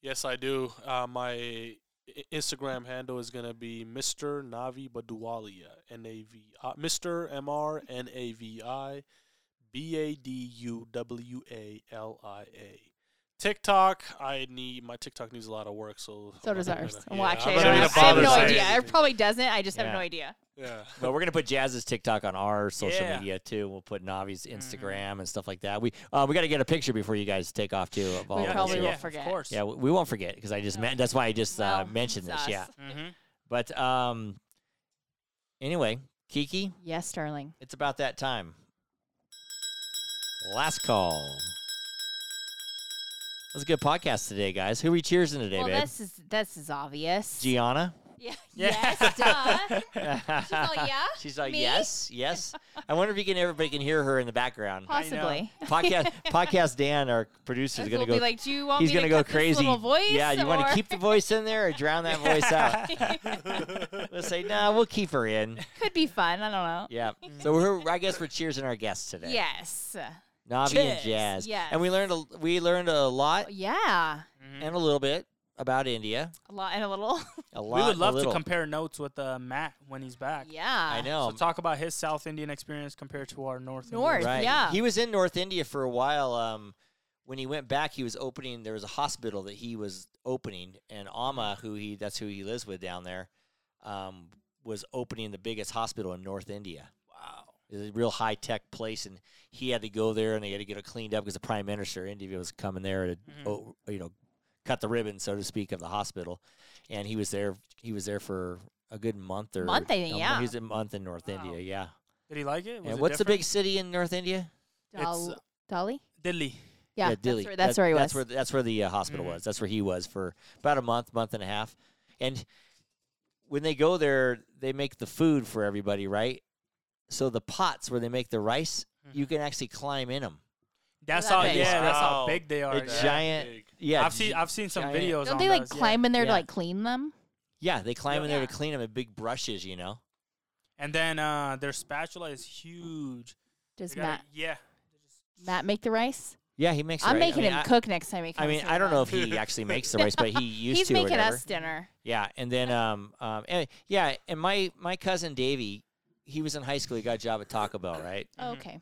Speaker 4: Yes, I do. Uh, my I- Instagram handle is gonna be Mr. Navi Badualia, N A V I, Mr. M R N A V I B A D U W A L I A. TikTok, I need my TikTok needs a lot of work, so
Speaker 1: So
Speaker 4: I'm
Speaker 1: does
Speaker 4: not
Speaker 1: ours. well,
Speaker 4: gonna- yeah,
Speaker 1: actually,
Speaker 4: I'm
Speaker 1: I, don't
Speaker 4: not
Speaker 1: have,
Speaker 4: gonna
Speaker 1: I have
Speaker 4: bother
Speaker 1: no
Speaker 4: saying
Speaker 1: idea. It
Speaker 4: anything.
Speaker 1: probably doesn't. I just have no
Speaker 2: Yeah.
Speaker 1: idea.
Speaker 4: Yeah.
Speaker 2: But we're gonna put Jazz's TikTok on our social
Speaker 3: Yeah.
Speaker 2: media too. We'll put Navi's
Speaker 1: Mm-hmm.
Speaker 3: Mhm.
Speaker 2: Instagram and stuff like that. We uh, we got to get a picture before you guys take off too. Of all of us
Speaker 1: probably
Speaker 2: here.
Speaker 1: will
Speaker 3: yeah,
Speaker 1: won't forget.
Speaker 3: Of course.
Speaker 2: Yeah, we we won't forget because I just
Speaker 1: No.
Speaker 2: meant that's why I just uh,
Speaker 1: Well,
Speaker 2: mentioned
Speaker 1: it's
Speaker 2: this. Yeah,
Speaker 1: us.
Speaker 3: Mm-hmm.
Speaker 2: but um, anyway, Kiki,
Speaker 1: Yes, Sterling.
Speaker 2: it's about that time. Last call. That was a good podcast today, guys. Who we cheersing today,
Speaker 1: well,
Speaker 2: babe?
Speaker 1: this is this is obvious.
Speaker 2: Gianna.
Speaker 1: yeah.
Speaker 3: Yeah.
Speaker 1: Yes, duh. She's all, yeah.
Speaker 2: She's like,
Speaker 1: Me?
Speaker 2: yes, yes. I wonder if you can everybody can hear her in the background.
Speaker 1: Possibly.
Speaker 2: podcast podcast Dan, our producer, is
Speaker 1: This will
Speaker 2: gonna go.
Speaker 1: be like, do you want
Speaker 2: he's
Speaker 1: me
Speaker 2: gonna
Speaker 1: to
Speaker 2: go
Speaker 1: cut this
Speaker 2: crazy.
Speaker 1: little voice?
Speaker 2: yeah, you want to
Speaker 1: or-
Speaker 2: keep the voice in there or drown that voice out? we'll say, nah, we'll keep her in.
Speaker 1: Could be fun. I don't know.
Speaker 2: Yeah. So we're, I guess we're cheersing our guests today.
Speaker 1: Yes.
Speaker 2: Navi and
Speaker 3: Cheers.
Speaker 2: Jazz.
Speaker 1: Yes. Oh,
Speaker 2: And we learned a, we learned a lot
Speaker 1: Yeah.
Speaker 2: and a little bit about India.
Speaker 1: A lot and a little.
Speaker 2: A lot.
Speaker 3: We would love
Speaker 2: a
Speaker 3: to
Speaker 2: little.
Speaker 3: compare notes with uh, Matt when he's back.
Speaker 1: yeah.
Speaker 2: I know.
Speaker 3: So talk about his South Indian experience compared to our North.
Speaker 1: North.
Speaker 3: Indian.
Speaker 2: Right.
Speaker 1: Yeah.
Speaker 2: He was in North India for a while. Um, when he went back, he was opening. There was a hospital that he was opening, and Amma, who he that's who he lives with down there, um, was opening the biggest hospital in North India. Wow, it's a real high tech place, and he had to go there, and they had to get it cleaned up because the prime minister of India was coming there to,
Speaker 1: Mm-hmm.
Speaker 2: o- you know, cut the ribbon, so to speak, of the hospital, and he was there. He was there for a good month or
Speaker 1: Month, I think,
Speaker 2: a mo-
Speaker 1: yeah.
Speaker 2: He was a month in North India, yeah.
Speaker 3: Did he like it? Was
Speaker 2: and
Speaker 3: it
Speaker 2: what's the
Speaker 3: different?
Speaker 2: big city in North India?
Speaker 1: Dol-
Speaker 3: It's-
Speaker 1: Dolly.
Speaker 3: Delhi?
Speaker 1: Yeah.
Speaker 2: Delhi.
Speaker 1: That's where, that's where he
Speaker 2: That-
Speaker 1: was. Mm-hmm.
Speaker 2: That's where, that's where the uh, hospital
Speaker 3: Mhm.
Speaker 2: was. That's where he was for about a month, month and a half. And when they go there, they make the food for everybody, right? So the pots where they make the rice, you
Speaker 1: Mm-hmm.
Speaker 2: can actually climb in them.
Speaker 3: That's
Speaker 1: that
Speaker 3: how.
Speaker 1: big?
Speaker 3: Yeah, that's how
Speaker 4: Wow.
Speaker 3: big they are.
Speaker 2: a
Speaker 3: yeah.
Speaker 2: giant,
Speaker 4: big.
Speaker 2: yeah.
Speaker 3: I've seen. I've seen some
Speaker 2: giant-
Speaker 3: videos.
Speaker 1: Don't
Speaker 3: on
Speaker 1: they like
Speaker 3: those, yeah.
Speaker 1: climb in there
Speaker 2: Yeah.
Speaker 1: to like clean them?
Speaker 2: yeah, they climb in there to
Speaker 1: Yeah.
Speaker 2: clean them with big brushes, you know.
Speaker 3: And then uh, their spatula is huge.
Speaker 1: Does
Speaker 3: They gotta-
Speaker 1: Matt
Speaker 3: Yeah.
Speaker 1: Matt make the rice?
Speaker 2: Yeah, he makes.
Speaker 1: I'm
Speaker 2: rice.
Speaker 1: making
Speaker 2: I mean,
Speaker 1: him
Speaker 2: I-
Speaker 1: cook next time. He
Speaker 2: I,
Speaker 1: comes
Speaker 2: mean,
Speaker 1: to
Speaker 2: I don't know if
Speaker 1: Vermont.
Speaker 2: he actually makes the rice, but he used
Speaker 1: He's
Speaker 2: to. or
Speaker 1: making
Speaker 2: whatever.
Speaker 1: us dinner.
Speaker 2: Yeah, and then um um and, yeah, and my my cousin Davey, he was in high school. He got a job at Taco Bell, right?
Speaker 1: Oh,
Speaker 3: Mhm.
Speaker 1: okay.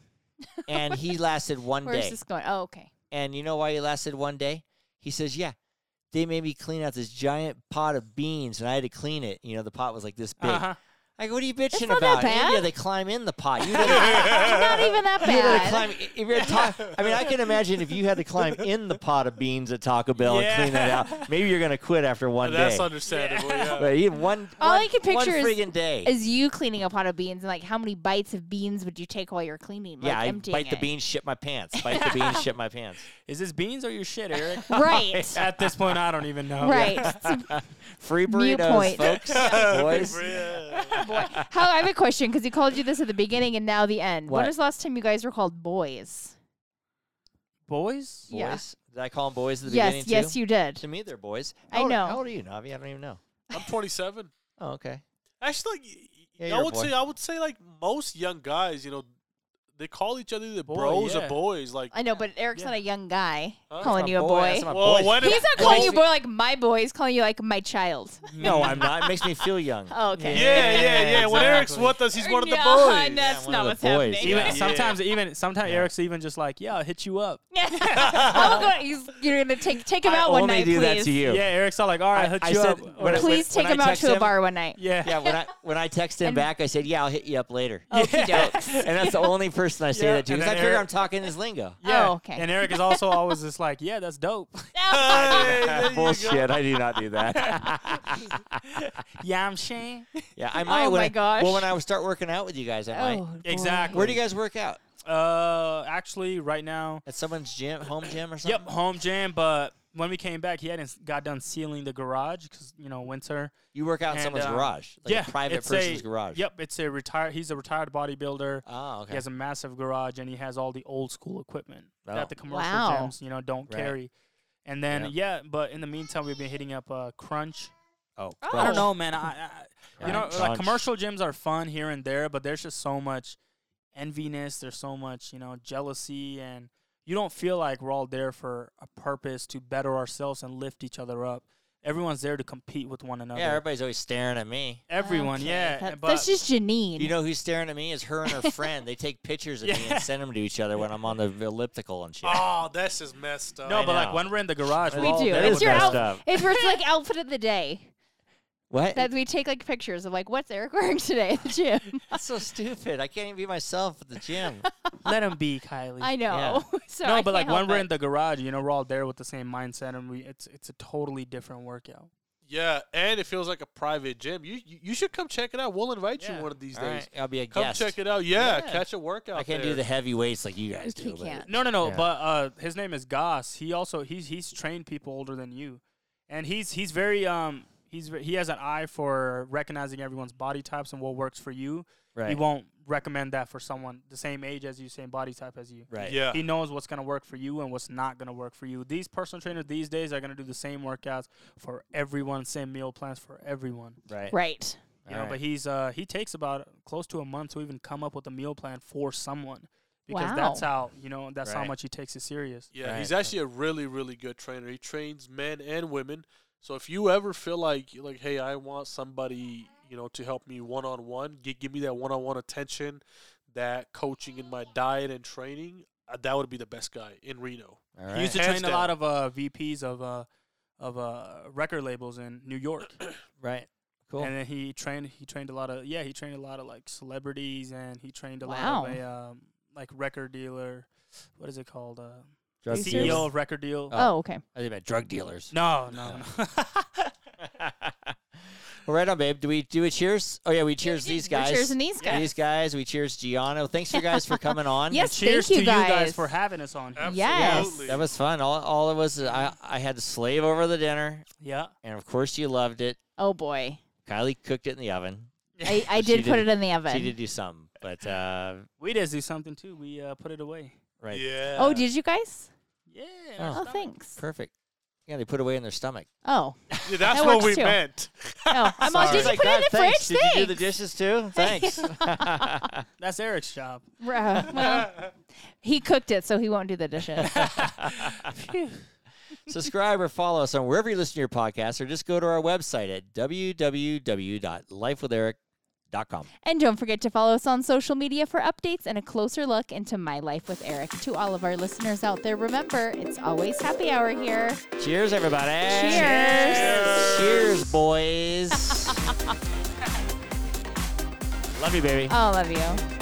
Speaker 2: And he lasted one
Speaker 1: Where's
Speaker 2: day.
Speaker 1: this going? Oh, okay.
Speaker 2: And you know why he lasted one day? He says, "Yeah, they made me clean out this giant pot of beans, and I had to clean it. You know, the pot was like this big.
Speaker 3: Uh-huh.
Speaker 2: I go, what are you bitching
Speaker 1: not that
Speaker 2: about? In India,
Speaker 1: bad.
Speaker 2: they climb in the pot. You didn't."
Speaker 1: It's not even that
Speaker 2: You had to
Speaker 1: bad.
Speaker 2: climb. If you had to- I mean, I can imagine if you had to climb in the pot of beans at Taco Bell
Speaker 3: Yeah.
Speaker 2: and clean that out. Maybe you're gonna quit after one
Speaker 4: That's
Speaker 2: day.
Speaker 4: understandable. Yeah.
Speaker 2: But even one,
Speaker 1: All I
Speaker 2: one-
Speaker 1: can
Speaker 2: one
Speaker 1: picture is-
Speaker 2: friggin' day.
Speaker 1: Is you cleaning a pot of beans and like how many bites of beans would you take while you're cleaning?
Speaker 2: Yeah,
Speaker 1: like,
Speaker 2: I
Speaker 1: emptying
Speaker 2: bite the
Speaker 1: it?
Speaker 2: beans, shit my pants. Bite the beans, shit my pants.
Speaker 3: Is this beans or your shit, Eric?
Speaker 1: Right.
Speaker 3: At this point, I don't even
Speaker 4: Oh,
Speaker 3: know.
Speaker 1: Right. It's a-
Speaker 2: Free
Speaker 1: Mute
Speaker 2: burritos,
Speaker 1: point.
Speaker 2: folks, boys.
Speaker 1: How I have a question because he called you this at the beginning and now the end.
Speaker 2: What?
Speaker 1: When was the last time you guys were called boys?
Speaker 3: Boys.
Speaker 1: Yeah.
Speaker 2: Boys. Did I call them boys at the
Speaker 1: yes,
Speaker 2: beginning
Speaker 1: yes,
Speaker 2: too?
Speaker 1: you did.
Speaker 2: to me, they're boys.
Speaker 1: I
Speaker 2: How old-
Speaker 1: know.
Speaker 2: How old are you, Navi? I don't even know.
Speaker 4: I'm 27.
Speaker 2: Oh, okay.
Speaker 4: Actually, like, y-
Speaker 2: Yeah,
Speaker 4: y-
Speaker 2: you're
Speaker 4: I
Speaker 2: a
Speaker 4: would
Speaker 2: boy.
Speaker 4: say I would say like most young guys, you know, they call each other the
Speaker 3: Boy,
Speaker 4: bros
Speaker 3: yeah.
Speaker 4: or boys. Like,
Speaker 1: I know, but Eric's
Speaker 3: Yeah.
Speaker 1: not a young guy
Speaker 4: Huh?
Speaker 1: calling
Speaker 2: My
Speaker 1: you a
Speaker 2: Oh, that's
Speaker 1: boy.
Speaker 2: my
Speaker 4: Whoa,
Speaker 2: boy.
Speaker 4: what
Speaker 1: He's not
Speaker 2: It
Speaker 1: calling
Speaker 2: makes
Speaker 1: you
Speaker 2: me-
Speaker 1: boy like my boy. He's calling you like my child.
Speaker 2: No, I'm not. It makes me feel young.
Speaker 1: Oh, okay.
Speaker 4: yeah, yeah, yeah. When Eric's
Speaker 3: exactly.
Speaker 4: with us, he's one of the
Speaker 1: Yeah,
Speaker 4: boys.
Speaker 1: That's
Speaker 2: one of
Speaker 1: not
Speaker 2: the
Speaker 1: what's
Speaker 2: boys.
Speaker 1: happening.
Speaker 3: Even
Speaker 4: Yeah.
Speaker 3: sometimes, even sometimes Eric's even just like, yeah, I'll hit you up.
Speaker 1: I'm going, he's, you're gonna take take him
Speaker 2: I
Speaker 1: out one
Speaker 2: only
Speaker 1: night,
Speaker 2: do
Speaker 1: please.
Speaker 2: that to you.
Speaker 3: Yeah, Eric's all like, all right,
Speaker 2: I-
Speaker 3: I'll hit
Speaker 2: I
Speaker 3: you
Speaker 2: said-
Speaker 3: up.
Speaker 2: when I-
Speaker 3: Or-
Speaker 1: Please
Speaker 2: when
Speaker 1: take him out
Speaker 2: text
Speaker 1: to a
Speaker 2: him-
Speaker 1: bar one night.
Speaker 3: yeah.
Speaker 2: Yeah, when I when I text him
Speaker 1: And-
Speaker 2: back, I said, "Yeah, I'll hit you up later,"
Speaker 1: Okey dokes.
Speaker 2: and that's the only person I say
Speaker 3: Yeah,
Speaker 2: that to
Speaker 3: and
Speaker 2: because I
Speaker 3: then
Speaker 2: figure
Speaker 3: Eric-
Speaker 2: I'm talking his lingo.
Speaker 3: Yeah.
Speaker 1: Oh, okay.
Speaker 3: And Eric is also always just like, yeah, that's dope.
Speaker 4: Hey, there you go.
Speaker 2: Bullshit! I do not do that.
Speaker 3: yeah, I'm Shane.
Speaker 2: yeah, I might.
Speaker 1: Oh
Speaker 2: when
Speaker 1: my
Speaker 2: I-
Speaker 1: gosh.
Speaker 2: Well, when I start working out with you guys, I might.
Speaker 1: Oh,
Speaker 3: Exactly.
Speaker 2: Where do you guys work out?
Speaker 3: Uh, actually, right now,
Speaker 2: At someone's gym, home gym, or something?
Speaker 3: yep, home gym. But when we came back, he hadn't s- got done sealing the garage because you know winter.
Speaker 2: You work out in
Speaker 3: And,
Speaker 2: someone's
Speaker 3: um,
Speaker 2: garage, like
Speaker 3: yeah,
Speaker 2: a private
Speaker 3: it's
Speaker 2: person's
Speaker 3: a-
Speaker 2: garage.
Speaker 3: Yep, it's a retired. He's a retired bodybuilder.
Speaker 2: Oh,
Speaker 3: He
Speaker 2: okay.
Speaker 3: has a massive garage and he has all the old school equipment
Speaker 2: Oh.
Speaker 3: that the commercial
Speaker 1: Wow.
Speaker 3: gyms, you know, don't
Speaker 2: Right.
Speaker 3: carry. And then yeah, but in the meantime, we've been hitting up uh, Crunch.
Speaker 1: I
Speaker 2: Oh,
Speaker 3: I don't
Speaker 2: crunch.
Speaker 3: know, man. I, I you know,
Speaker 2: Crunch.
Speaker 3: like
Speaker 2: Crunch.
Speaker 3: commercial gyms are fun here and there, but there's just so much enviness. There's so much, you know, jealousy, and you don't feel like we're all there for a purpose to better ourselves and lift each other up. Everyone's there to compete with one another.
Speaker 2: Yeah, everybody's always staring at me.
Speaker 3: Everyone,
Speaker 1: Okay,
Speaker 3: yeah.
Speaker 1: that-
Speaker 3: but
Speaker 1: that's just Janine.
Speaker 2: You know who's staring at me is her and her friend. They take pictures of me
Speaker 3: Yeah.
Speaker 2: and send them to each other when I'm on the elliptical and shit.
Speaker 4: Oh, that's just messed up.
Speaker 3: no,
Speaker 2: I
Speaker 3: but like
Speaker 2: know.
Speaker 3: when we're in the garage, we're
Speaker 1: we
Speaker 3: all
Speaker 1: do.
Speaker 3: there
Speaker 2: that
Speaker 1: It's
Speaker 2: is
Speaker 3: with
Speaker 1: your
Speaker 2: messed
Speaker 3: each
Speaker 1: outfit.
Speaker 3: other.
Speaker 2: up.
Speaker 1: It's where it's like outfit of the day
Speaker 2: What?
Speaker 1: that we take like pictures of like what's Eric wearing today at the gym.
Speaker 2: That's so stupid. I can't even be myself at the gym.
Speaker 3: Let him be, Kylie.
Speaker 1: I know. so
Speaker 3: no,
Speaker 1: I
Speaker 3: but like
Speaker 1: can't
Speaker 3: when
Speaker 1: help
Speaker 3: we're
Speaker 1: it.
Speaker 3: in the garage, you know, we're all there with the same mindset, and we it's it's a totally different workout.
Speaker 4: Yeah, and it feels like a private gym. You you, you should come check it out. We'll invite
Speaker 3: Yeah.
Speaker 4: you one of these
Speaker 2: All
Speaker 4: days.
Speaker 2: right, I'll be a
Speaker 4: Come
Speaker 2: guest.
Speaker 4: check it out. Yeah,
Speaker 2: Yeah.
Speaker 4: catch a workout.
Speaker 2: I can't
Speaker 4: there.
Speaker 2: do the heavy weights like you guys do.
Speaker 1: He
Speaker 2: but-
Speaker 1: can't.
Speaker 3: No, no, no.
Speaker 2: Yeah.
Speaker 3: But uh, his name is Goss. He also he's he's trained people older than you, and he's he's very um he's ve- he has an eye for recognizing everyone's body types and what works for you. He
Speaker 2: Right.
Speaker 3: won't recommend that for someone the same age as you, same body type as you.
Speaker 2: Right.
Speaker 4: Yeah,
Speaker 3: He knows what's gonna work for you and what's not gonna work for you. These personal trainers these days are gonna do the same workouts for everyone, same meal plans for everyone.
Speaker 2: Right.
Speaker 1: right.
Speaker 3: You know, but he's uh he takes about close to a month to even come up with a meal plan for someone because that's how you know that's how
Speaker 2: Right.
Speaker 3: much he takes it serious.
Speaker 4: yeah.
Speaker 2: Right.
Speaker 4: He's actually a really really good trainer. He trains men and women. So if you ever feel like you're like, hey, I want somebody you know to help me one on one, give me that one on one attention, that coaching in my diet and training, uh, that would be the best guy in Reno.
Speaker 2: All
Speaker 3: He used
Speaker 2: right.
Speaker 3: to
Speaker 4: Hands
Speaker 3: train a lot of uh, VPs of uh, of uh, record labels in New York,
Speaker 2: Right. Cool.
Speaker 3: and then he trained he trained a lot of yeah he trained a lot of like celebrities and he trained a lot of
Speaker 1: Wow.
Speaker 3: a um, like record dealer, what is it called? Uh,
Speaker 2: Drug
Speaker 1: He's
Speaker 2: dealers.
Speaker 3: CEO of record deal.
Speaker 2: Oh.
Speaker 1: Oh, okay.
Speaker 2: I think about drug dealers.
Speaker 3: No, no, no.
Speaker 2: well, right on, babe. Do we do a cheers? Oh yeah, we cheers these
Speaker 1: We're
Speaker 2: guys.
Speaker 1: cheersing these guys.
Speaker 2: These guys. We cheers Giano. Thanks, you guys, for coming on.
Speaker 1: Yes,
Speaker 3: Cheers
Speaker 1: thank
Speaker 3: to
Speaker 1: you guys.
Speaker 3: you guys for having us on. here.
Speaker 1: Yes.
Speaker 4: Absolutely.
Speaker 2: That was fun. All, all of us. I, I had to slave over the dinner,
Speaker 3: Yeah,
Speaker 2: and of course, you loved it.
Speaker 1: oh boy,
Speaker 2: Kylie cooked it in the oven.
Speaker 1: I, I
Speaker 2: She
Speaker 1: did put
Speaker 2: did-
Speaker 1: it in the oven.
Speaker 2: She did do some, but uh,
Speaker 3: we did do something too. We uh, put it away.
Speaker 2: right,
Speaker 4: Yeah.
Speaker 1: oh, did you guys?
Speaker 3: Yeah.
Speaker 2: uh, Oh.
Speaker 1: Oh, thanks.
Speaker 2: perfect. Yeah, they put away in their stomach.
Speaker 1: Oh,
Speaker 4: Yeah, that's
Speaker 1: That
Speaker 4: what
Speaker 1: works
Speaker 4: we
Speaker 1: too.
Speaker 4: meant.
Speaker 1: no. I'm all,
Speaker 2: Sorry.
Speaker 1: did you
Speaker 2: Like
Speaker 1: put it in
Speaker 2: that,
Speaker 1: the
Speaker 2: thanks.
Speaker 1: fridge?
Speaker 2: Did you do the dishes too? Thanks.
Speaker 3: That's Eric's job.
Speaker 1: Bruh, well, he cooked it, so he won't do the dishes.
Speaker 2: Subscribe or follow us on wherever you listen to your podcast, or just go to our website at www.lifewitheric.com.
Speaker 1: and don't forget to follow us on social media for updates and a closer look into my life with Eric. To all of our listeners out there, remember it's always happy hour here.
Speaker 2: Cheers, everybody.
Speaker 1: Cheers.
Speaker 2: Cheers, boys. Love you, baby.
Speaker 1: Oh, love you.